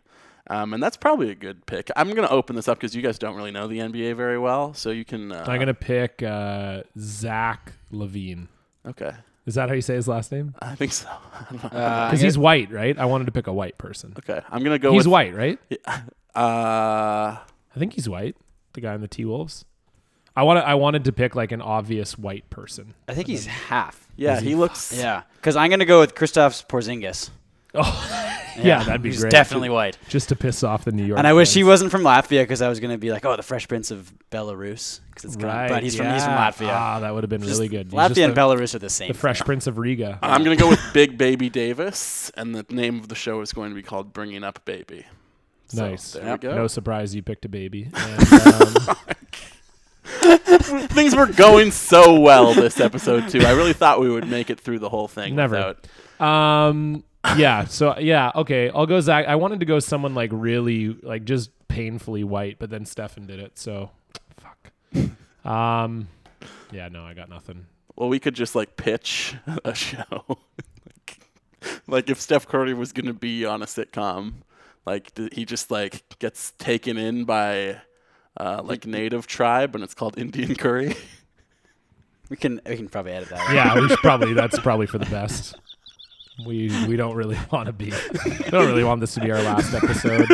Um, and that's probably a good pick. I'm going to open this up because you guys don't really know the NBA very well. So you can. Uh, I'm gonna pick uh, Zach Levine. Okay. Is that how you say his last name? I think so. I don't know. Because he's white, right? I wanted to pick a white person. okay. I'm going to go He's with. white, right? Uh, I think he's white. The guy in the T Wolves. I want. I wanted to pick like an obvious white person. I think he's half. yeah, he looks. (laughs) Yeah, because I'm gonna go with Kristaps Porzingis. (laughs) Oh, Yeah, that'd be He's great. definitely white. just to piss off the New York. And I wish he fans. wasn't from Latvia because I was gonna be like, oh, the Fresh Prince of Belarus, 'cause it's kinda- Right, but he's from he's from yeah. Latvia. Ah, that would have been really good. He's just Latvia and the, Belarus are the same. the Fresh Prince (laughs) of Riga. I'm going to go with Big Baby Davis. And the name of the show is going to be called Bringing Up Baby. So, nice. there we go. No surprise you picked (laughs) a baby. And, um, things were going so well this episode too. I really thought we would make it through the whole thing. Never. without- Um. Yeah. So yeah. Okay. I'll go Zach. I wanted to go someone like really like just painfully white, but then Stefan did it. So fuck. (laughs) Um. Yeah. No, I got nothing. well, we could just like pitch (laughs) a show, like, like if Steph Curry was gonna be on a sitcom, like d- he just like gets taken in by uh, like native tribe, and it's called Indian Curry. We can we can probably edit that. out. Yeah. We should probably. That's probably for the best. We we don't really (laughs) want to be. We don't really want this to be our last episode.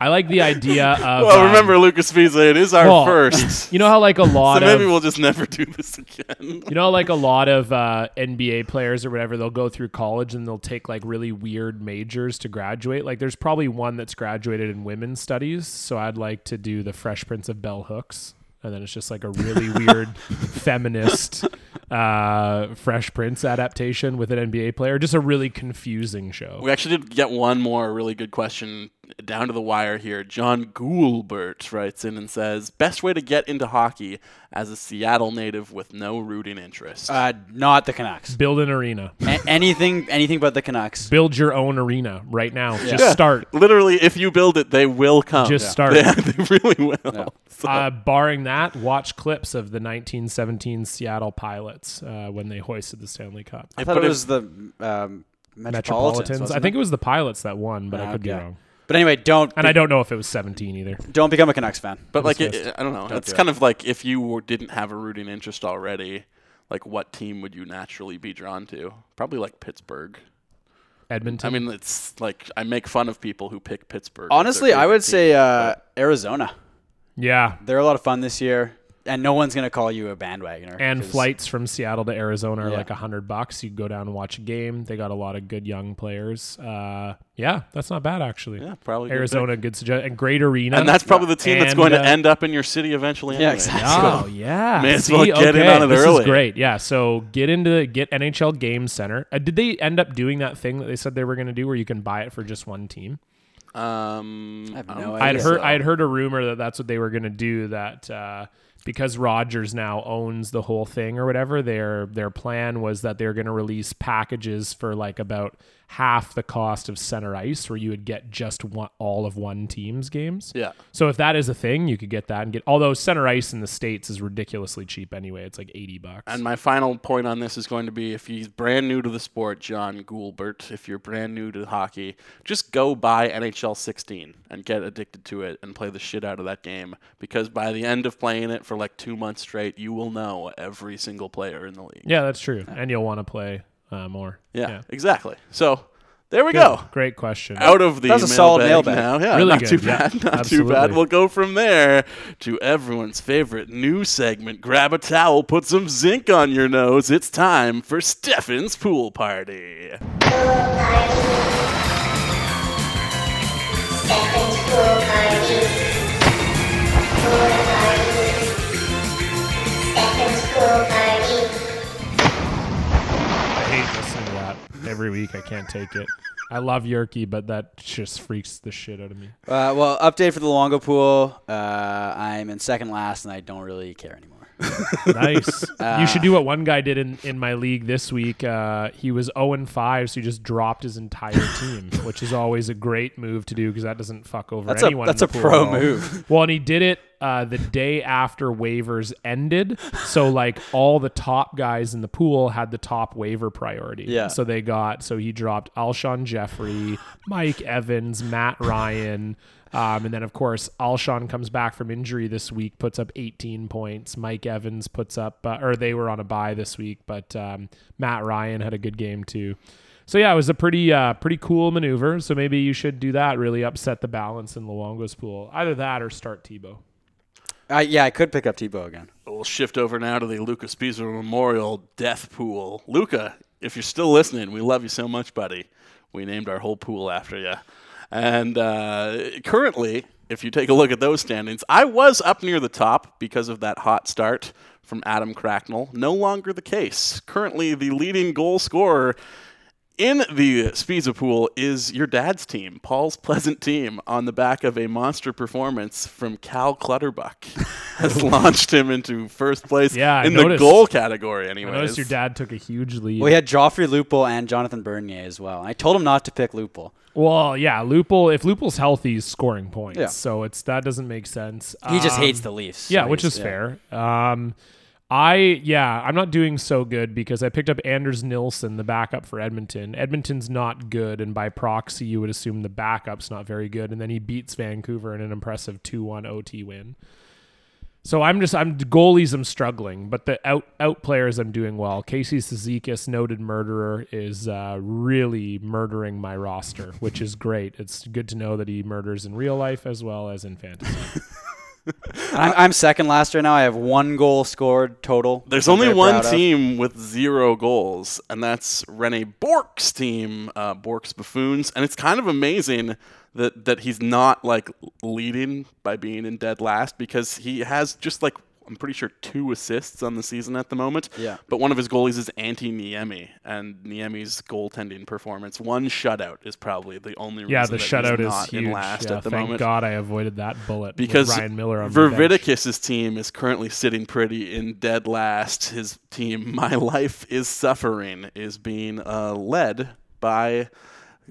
I like the idea of. well, Oh, um, remember Lucas Visa, it is our well, first. You know how like a lot So maybe of we'll just never do this again. You know, like a lot of uh, NBA players or whatever, they'll go through college and they'll take like really weird majors to graduate. Like, there's probably one that's graduated in women's studies. So I'd like to do the Fresh Prince of Bell Hooks. And then it's just like a really weird feminist uh, Fresh Prince adaptation with an NBA player. Just a really confusing show. We actually did get one more really good question down to the wire here. John Goulbert writes in and says, "Best way to get into hockey as a Seattle native with no rooting interest." Uh, not the Canucks. Build an arena. A- anything anything but the Canucks. Build your own arena right now. (laughs) Just start. Literally, if you build it, they will come. Just start. (laughs) They, they really will. So- Uh, barring that, watch clips of the 1917 Seattle Pilots uh, when they hoisted the Stanley Cup. I thought But it if- was the um, Metropolitans. Metropolitans. I wasn't think it was the Pilots that won, Ah, but I could be Okay. wrong. But anyway, don't And I don't know if it was 17 either. don't become a Canucks fan. But like, was it, I don't know. it's do it. kind of like if you were, didn't have a rooting interest already, like what team would you naturally be drawn to? Probably like Pittsburgh. Edmonton. I mean, it's like I make fun of people who pick Pittsburgh. as their Honestly, I favorite would team. say uh, Arizona. yeah. They're a lot of fun this year, and no one's gonna call you a bandwagoner. And 'cause- flights from Seattle to Arizona are Yeah. like 100 bucks. You go down and watch a game. They got a lot of good young players. Uh, yeah, that's not bad, actually. Yeah, probably a good pick. Arizona, good suggestion. And great arena. And that's probably the team that's And, going uh, to end up in your city eventually. Yeah, anyway. exactly. (laughs) Oh yeah, May as well get in on it this early. Is great, yeah. So get into get NHL Game Center. Uh, did they end up doing that thing that they said they were going to do, where you can buy it for just one team? Um, I have um, no I had idea. heard I had heard a rumor that that's what they were going to do. That uh, because Rogers now owns the whole thing or whatever, their their plan was that they were going to release packages for like about half the cost of Center Ice, where you would get just one, all of one team's games. Yeah. So if that is a thing, you could get that and get. Although Center Ice in the states is ridiculously cheap anyway. It's like eighty bucks. And my final point on this is going to be if he's brand new to the sport, John Goulbert, if you're brand new to hockey, just go buy NHL 16 and get addicted to it and play the shit out of that game because by the end of playing it for like two months straight, you will know every single player in the league. yeah, that's true. And you'll want to play uh, more. Yeah, exactly. So there we Good. go. Great question. Out of the That was a solid mailbag. now. Yeah, Really not good, too yeah. bad. (laughs) Not Absolutely. too bad. We'll go from there to everyone's favorite new segment. Grab a towel, put some zinc on your nose. It's time for Stefan's pool party. I hate this every week. I can't take it. I love Yerky, but that just freaks the shit out of me. Uh, well, update for the Longo Pool. Uh, I'm in second last, and I don't really care anymore. Nice. (laughs) Uh, you should do what one guy did in, in my league this week. Uh, he was 0 and 5, so he just dropped his entire team, which is always a great move to do because that doesn't fuck over That's a anyone. in that's the a pool. pro move. (laughs) Well, and he did it uh, the day after waivers ended. So, like, all the top guys in the pool had the top waiver priority. Yeah. So they got, so he dropped Alshon Jeffrey, Mike Evans, Matt Ryan. Um, and then, of course, Alshon comes back from injury this week, puts up 18 points. Mike Evans puts up, uh, or they were on a bye this week, but um, Matt Ryan had a good game too. So yeah, it was a pretty uh, pretty cool maneuver. So maybe you should do that. Really upset the balance in Luongo's pool. Either that or start Tebow. I, yeah, I could pick up Tebow again. We'll shift over now to the Lucas Pisa Memorial Death Pool. Luca, if you're still listening, we love you so much, buddy. We named our whole pool after you. And uh, currently, if you take a look at those standings, I was up near the top because of that hot start from Adam Cracknell. No longer the case. Currently, the leading goal scorer in the Spiza pool is your dad's team, Paul's Pleasant team, on the back of a monster performance from Cal Clutterbuck, (laughs) has launched him into first place Yeah, I in noticed. the goal category. Anyways, I noticed your dad took a huge lead. We had Joffrey Lupul and Jonathan Bernier as well. And I told him not to pick Lupul. Well, yeah, Lupul. If Lupul's healthy, he's scoring points. Yeah. So it's that doesn't make sense. He just Um, hates the Leafs. so Yeah, which he's- is fair. Um, I yeah, I'm not doing so good because I picked up Anders Nilsson, the backup for Edmonton. Edmonton's not good, and by proxy, you would assume the backup's not very good. And then he beats Vancouver in an impressive two-one OT win. So I'm just I'm goalies I'm struggling, but the out out players I'm doing well. Casey Sezikis, noted murderer, is uh, really murdering my roster, which is great. It's good to know that he murders in real life as well as in fantasy. And I'm, I'm second last right now. I have one goal scored total. There's which I'm only very one proud of. team with zero goals, and that's Rene Bork's team, uh, Bork's Buffoons. And it's kind of amazing that, that he's not like leading by being in dead last because he has just like, I'm pretty sure two assists on the season at the moment. Yeah. But one of his goalies is anti Niemi, and Niemi's goaltending performance, one shutout is probably the only reason Yeah, the that he's shutout is not huge. in last Yeah, at the thank moment God I avoided that bullet because with Ryan Miller on the bench. Vervidicus's team is currently sitting pretty in dead last. His team, (laughs) My Life is Suffering, is being uh, led by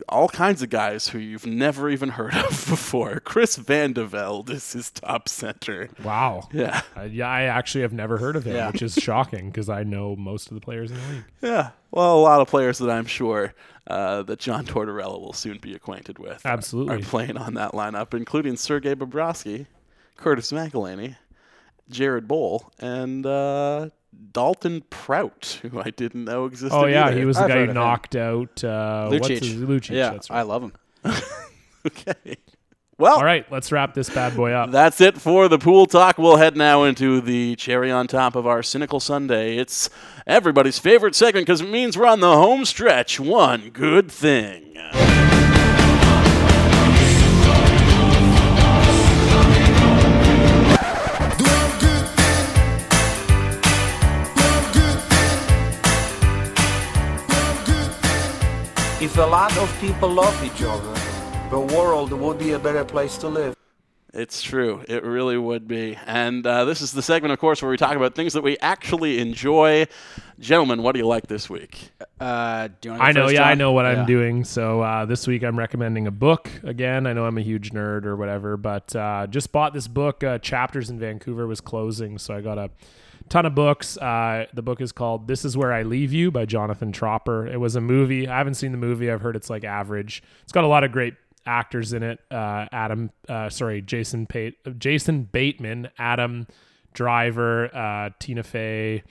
all kinds of guys who you've never even heard of (laughs) before. Chris Vandeveld is his top center. Wow. Yeah. Uh, yeah, I actually have never heard of him, Yeah. which is shocking because I know most of the players in the league. Yeah. Well, a lot of players that I'm sure uh, that John Tortorella will soon be acquainted with. are- Absolutely. Are playing on that lineup, including Sergei Bobrovsky, Curtis McElhaney, Jared Bowl, and uh, Dalton Prout, who I didn't know existed. Oh yeah, either. he was the I've guy heard who of him. knocked out uh, what's Lucic. his- Lucic. Yeah, that's I right. love him. (laughs) Okay. Well, All right, let's wrap this bad boy up. That's it for the pool talk. We'll head now into the cherry on top of our cynical Sunday. It's everybody's favorite segment because it means we're on the home stretch. One good thing. If a lot of people love each other, the world would be a better place to live. It's true. It really would be. And uh, this is the segment, of course, where we talk about things that we actually enjoy. Gentlemen, what do you like this week? Uh, do you want I know, yeah, I know what Yeah. I'm doing. So uh, this week I'm recommending a book again. I know I'm a huge nerd or whatever, but uh, just bought this book. Uh, Chapters in Vancouver was closing, so I got a ton of books. Uh, the book is called "This Is Where I Leave You" by Jonathan Tropper. It was a movie. I haven't seen the movie. I've heard it's like average. It's got a lot of great actors in it. Uh, Adam, uh, sorry, Jason Pate, Jason Bateman, Adam Driver, uh, Tina Fey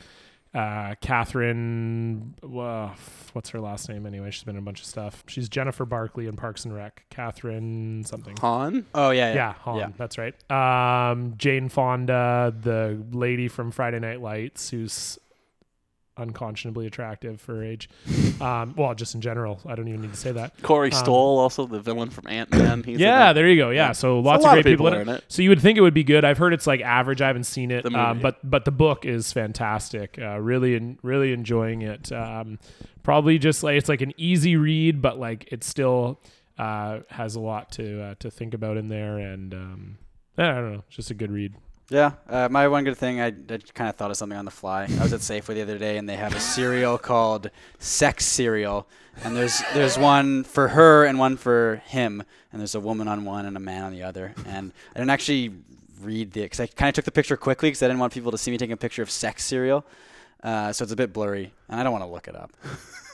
uh, Catherine, wha- f- what's her last name anyway? She's been in a bunch of stuff. She's Jennifer Barkley in Parks and Rec. Catherine something. Han? Oh yeah, yeah. Yeah, Han. That's right. Um, Jane Fonda, the lady from Friday Night Lights, who's unconscionably attractive for her age. Um, well, just in general, I don't even need to say that. Corey Um, Stoll, also the villain from Ant Man. Yeah, there you go. Yeah, so lots lot of of great people people, in are it. in it. So you would think it would be good. I've heard it's like average. I haven't seen it, The um, movie. but but the book is fantastic. Uh, really, en- really enjoying it. Um, probably just like it's like an easy read, but like it still uh, has a lot to uh, to think about in there. And um, I don't know, it's just a good read. Yeah, uh, my one good thing I, kind of thought of something on the fly. I was at Safeway the other day, and they have a cereal called Sex Cereal, and there's there's one for her and one for him, and there's a woman on one and a man on the other. And I didn't actually read the because I kind of took the picture quickly because I didn't want people to see me taking a picture of Sex Cereal, uh, so it's a bit blurry, and I don't want to look it up.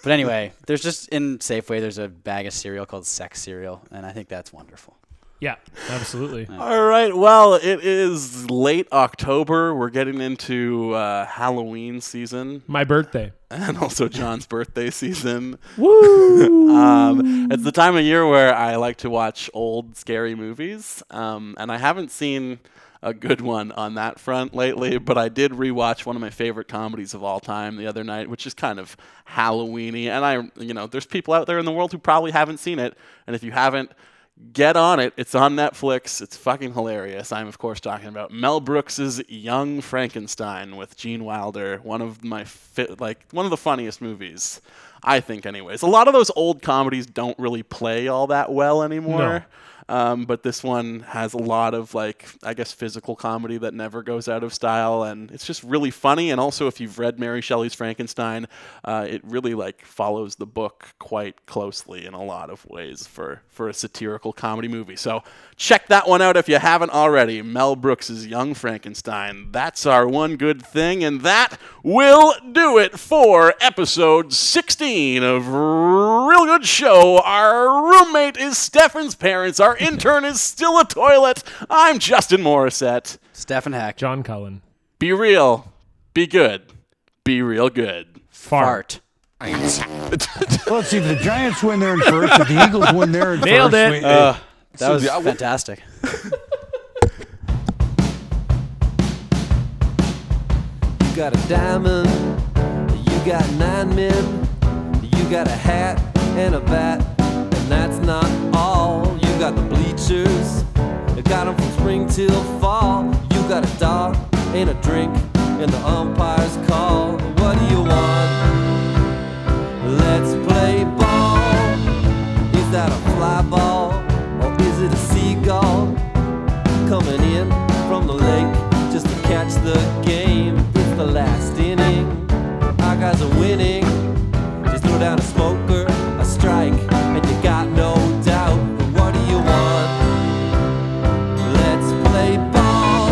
But anyway, there's just in Safeway there's a bag of cereal called Sex Cereal, and I think that's wonderful. Yeah, (laughs) absolutely. All right. Well, it is late October. We're getting into uh, Halloween season My birthday. and also John's birthday season. Woo! Um, it's the time of year where I like to watch old scary movies, um, and I haven't seen a good one on that front lately. But I did rewatch one of my favorite comedies of all time the other night, which is kind of Halloweeny. And I, you know, there's people out there in the world who probably haven't seen it, and if you haven't. Get on it. It's on Netflix. It's fucking hilarious. I'm, of course, talking about Mel Brooks's Young Frankenstein with Gene Wilder. One of my fi- like one of the funniest movies, I think. Anyways, a lot of those old comedies don't really play all that well anymore. Um, but this one has a lot of like I guess physical comedy that never goes out of style, and it's just really funny. And also, if you've read Mary Shelley's Frankenstein, uh, it really like follows the book quite closely in a lot of ways for for a satirical comedy movie. So check that one out if you haven't already. Mel Brooks's Young Frankenstein. That's our one good thing, and that will do it for episode 16 of Real Good Show. Our roommate is Stefan's parents. Our intern is still a toilet. I'm Justin Morissette. Stefan Hack, John Cullen. Be real. Be good. Be real good. fart. Fart. Well, let's see if the Giants win there in first, if the Eagles win there in Nailed first. it. we- Uh, That was yeah, I wa- fantastic. You got a diamond, you got nine men, you got a hat and a bat, and that's not all. You got the bleachers, you got 'em from spring till fall. You got a dog and a drink, and the umpire's call. What do you want? Let's play ball. Is that a fly ball, or is it a seagull? coming in from the lake just to catch the game. It's the last inning. Our guys are winning. Just throw down a smoker, a strike, and you got no doubt. But what do you want? Let's play ball.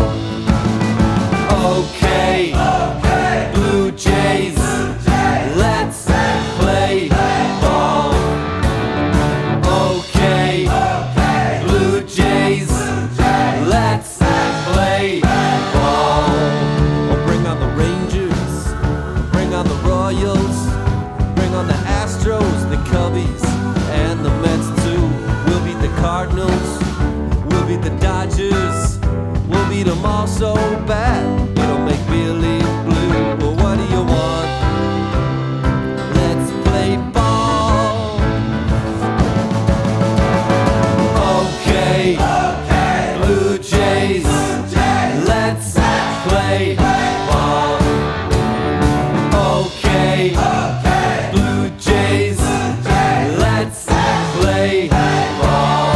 Okay. Blue Jays. Let's play ball. Okay. Blue Jays. Let's play ball. Oh, bring on the Rangers. Bring on the Royals. Bring on the Astros, the Cubbies, and the Mets too. We'll beat the Cardinals. We'll beat the Dodgers. We'll beat them all so bad. It'll make Billy blue. Well, what do you want? Let's play ball. Okay. Blue Jays. Let's play ball. Okay. Blue Jays. Let's play ball.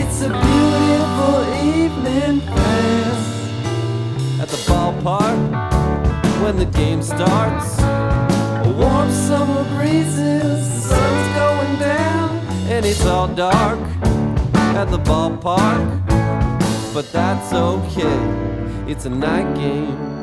It's a beautiful evening, friends. At the ballpark, when the game starts. A warm summer breezes, the sun's going down, and it's all dark at the ballpark. But that's okay, it's a night game.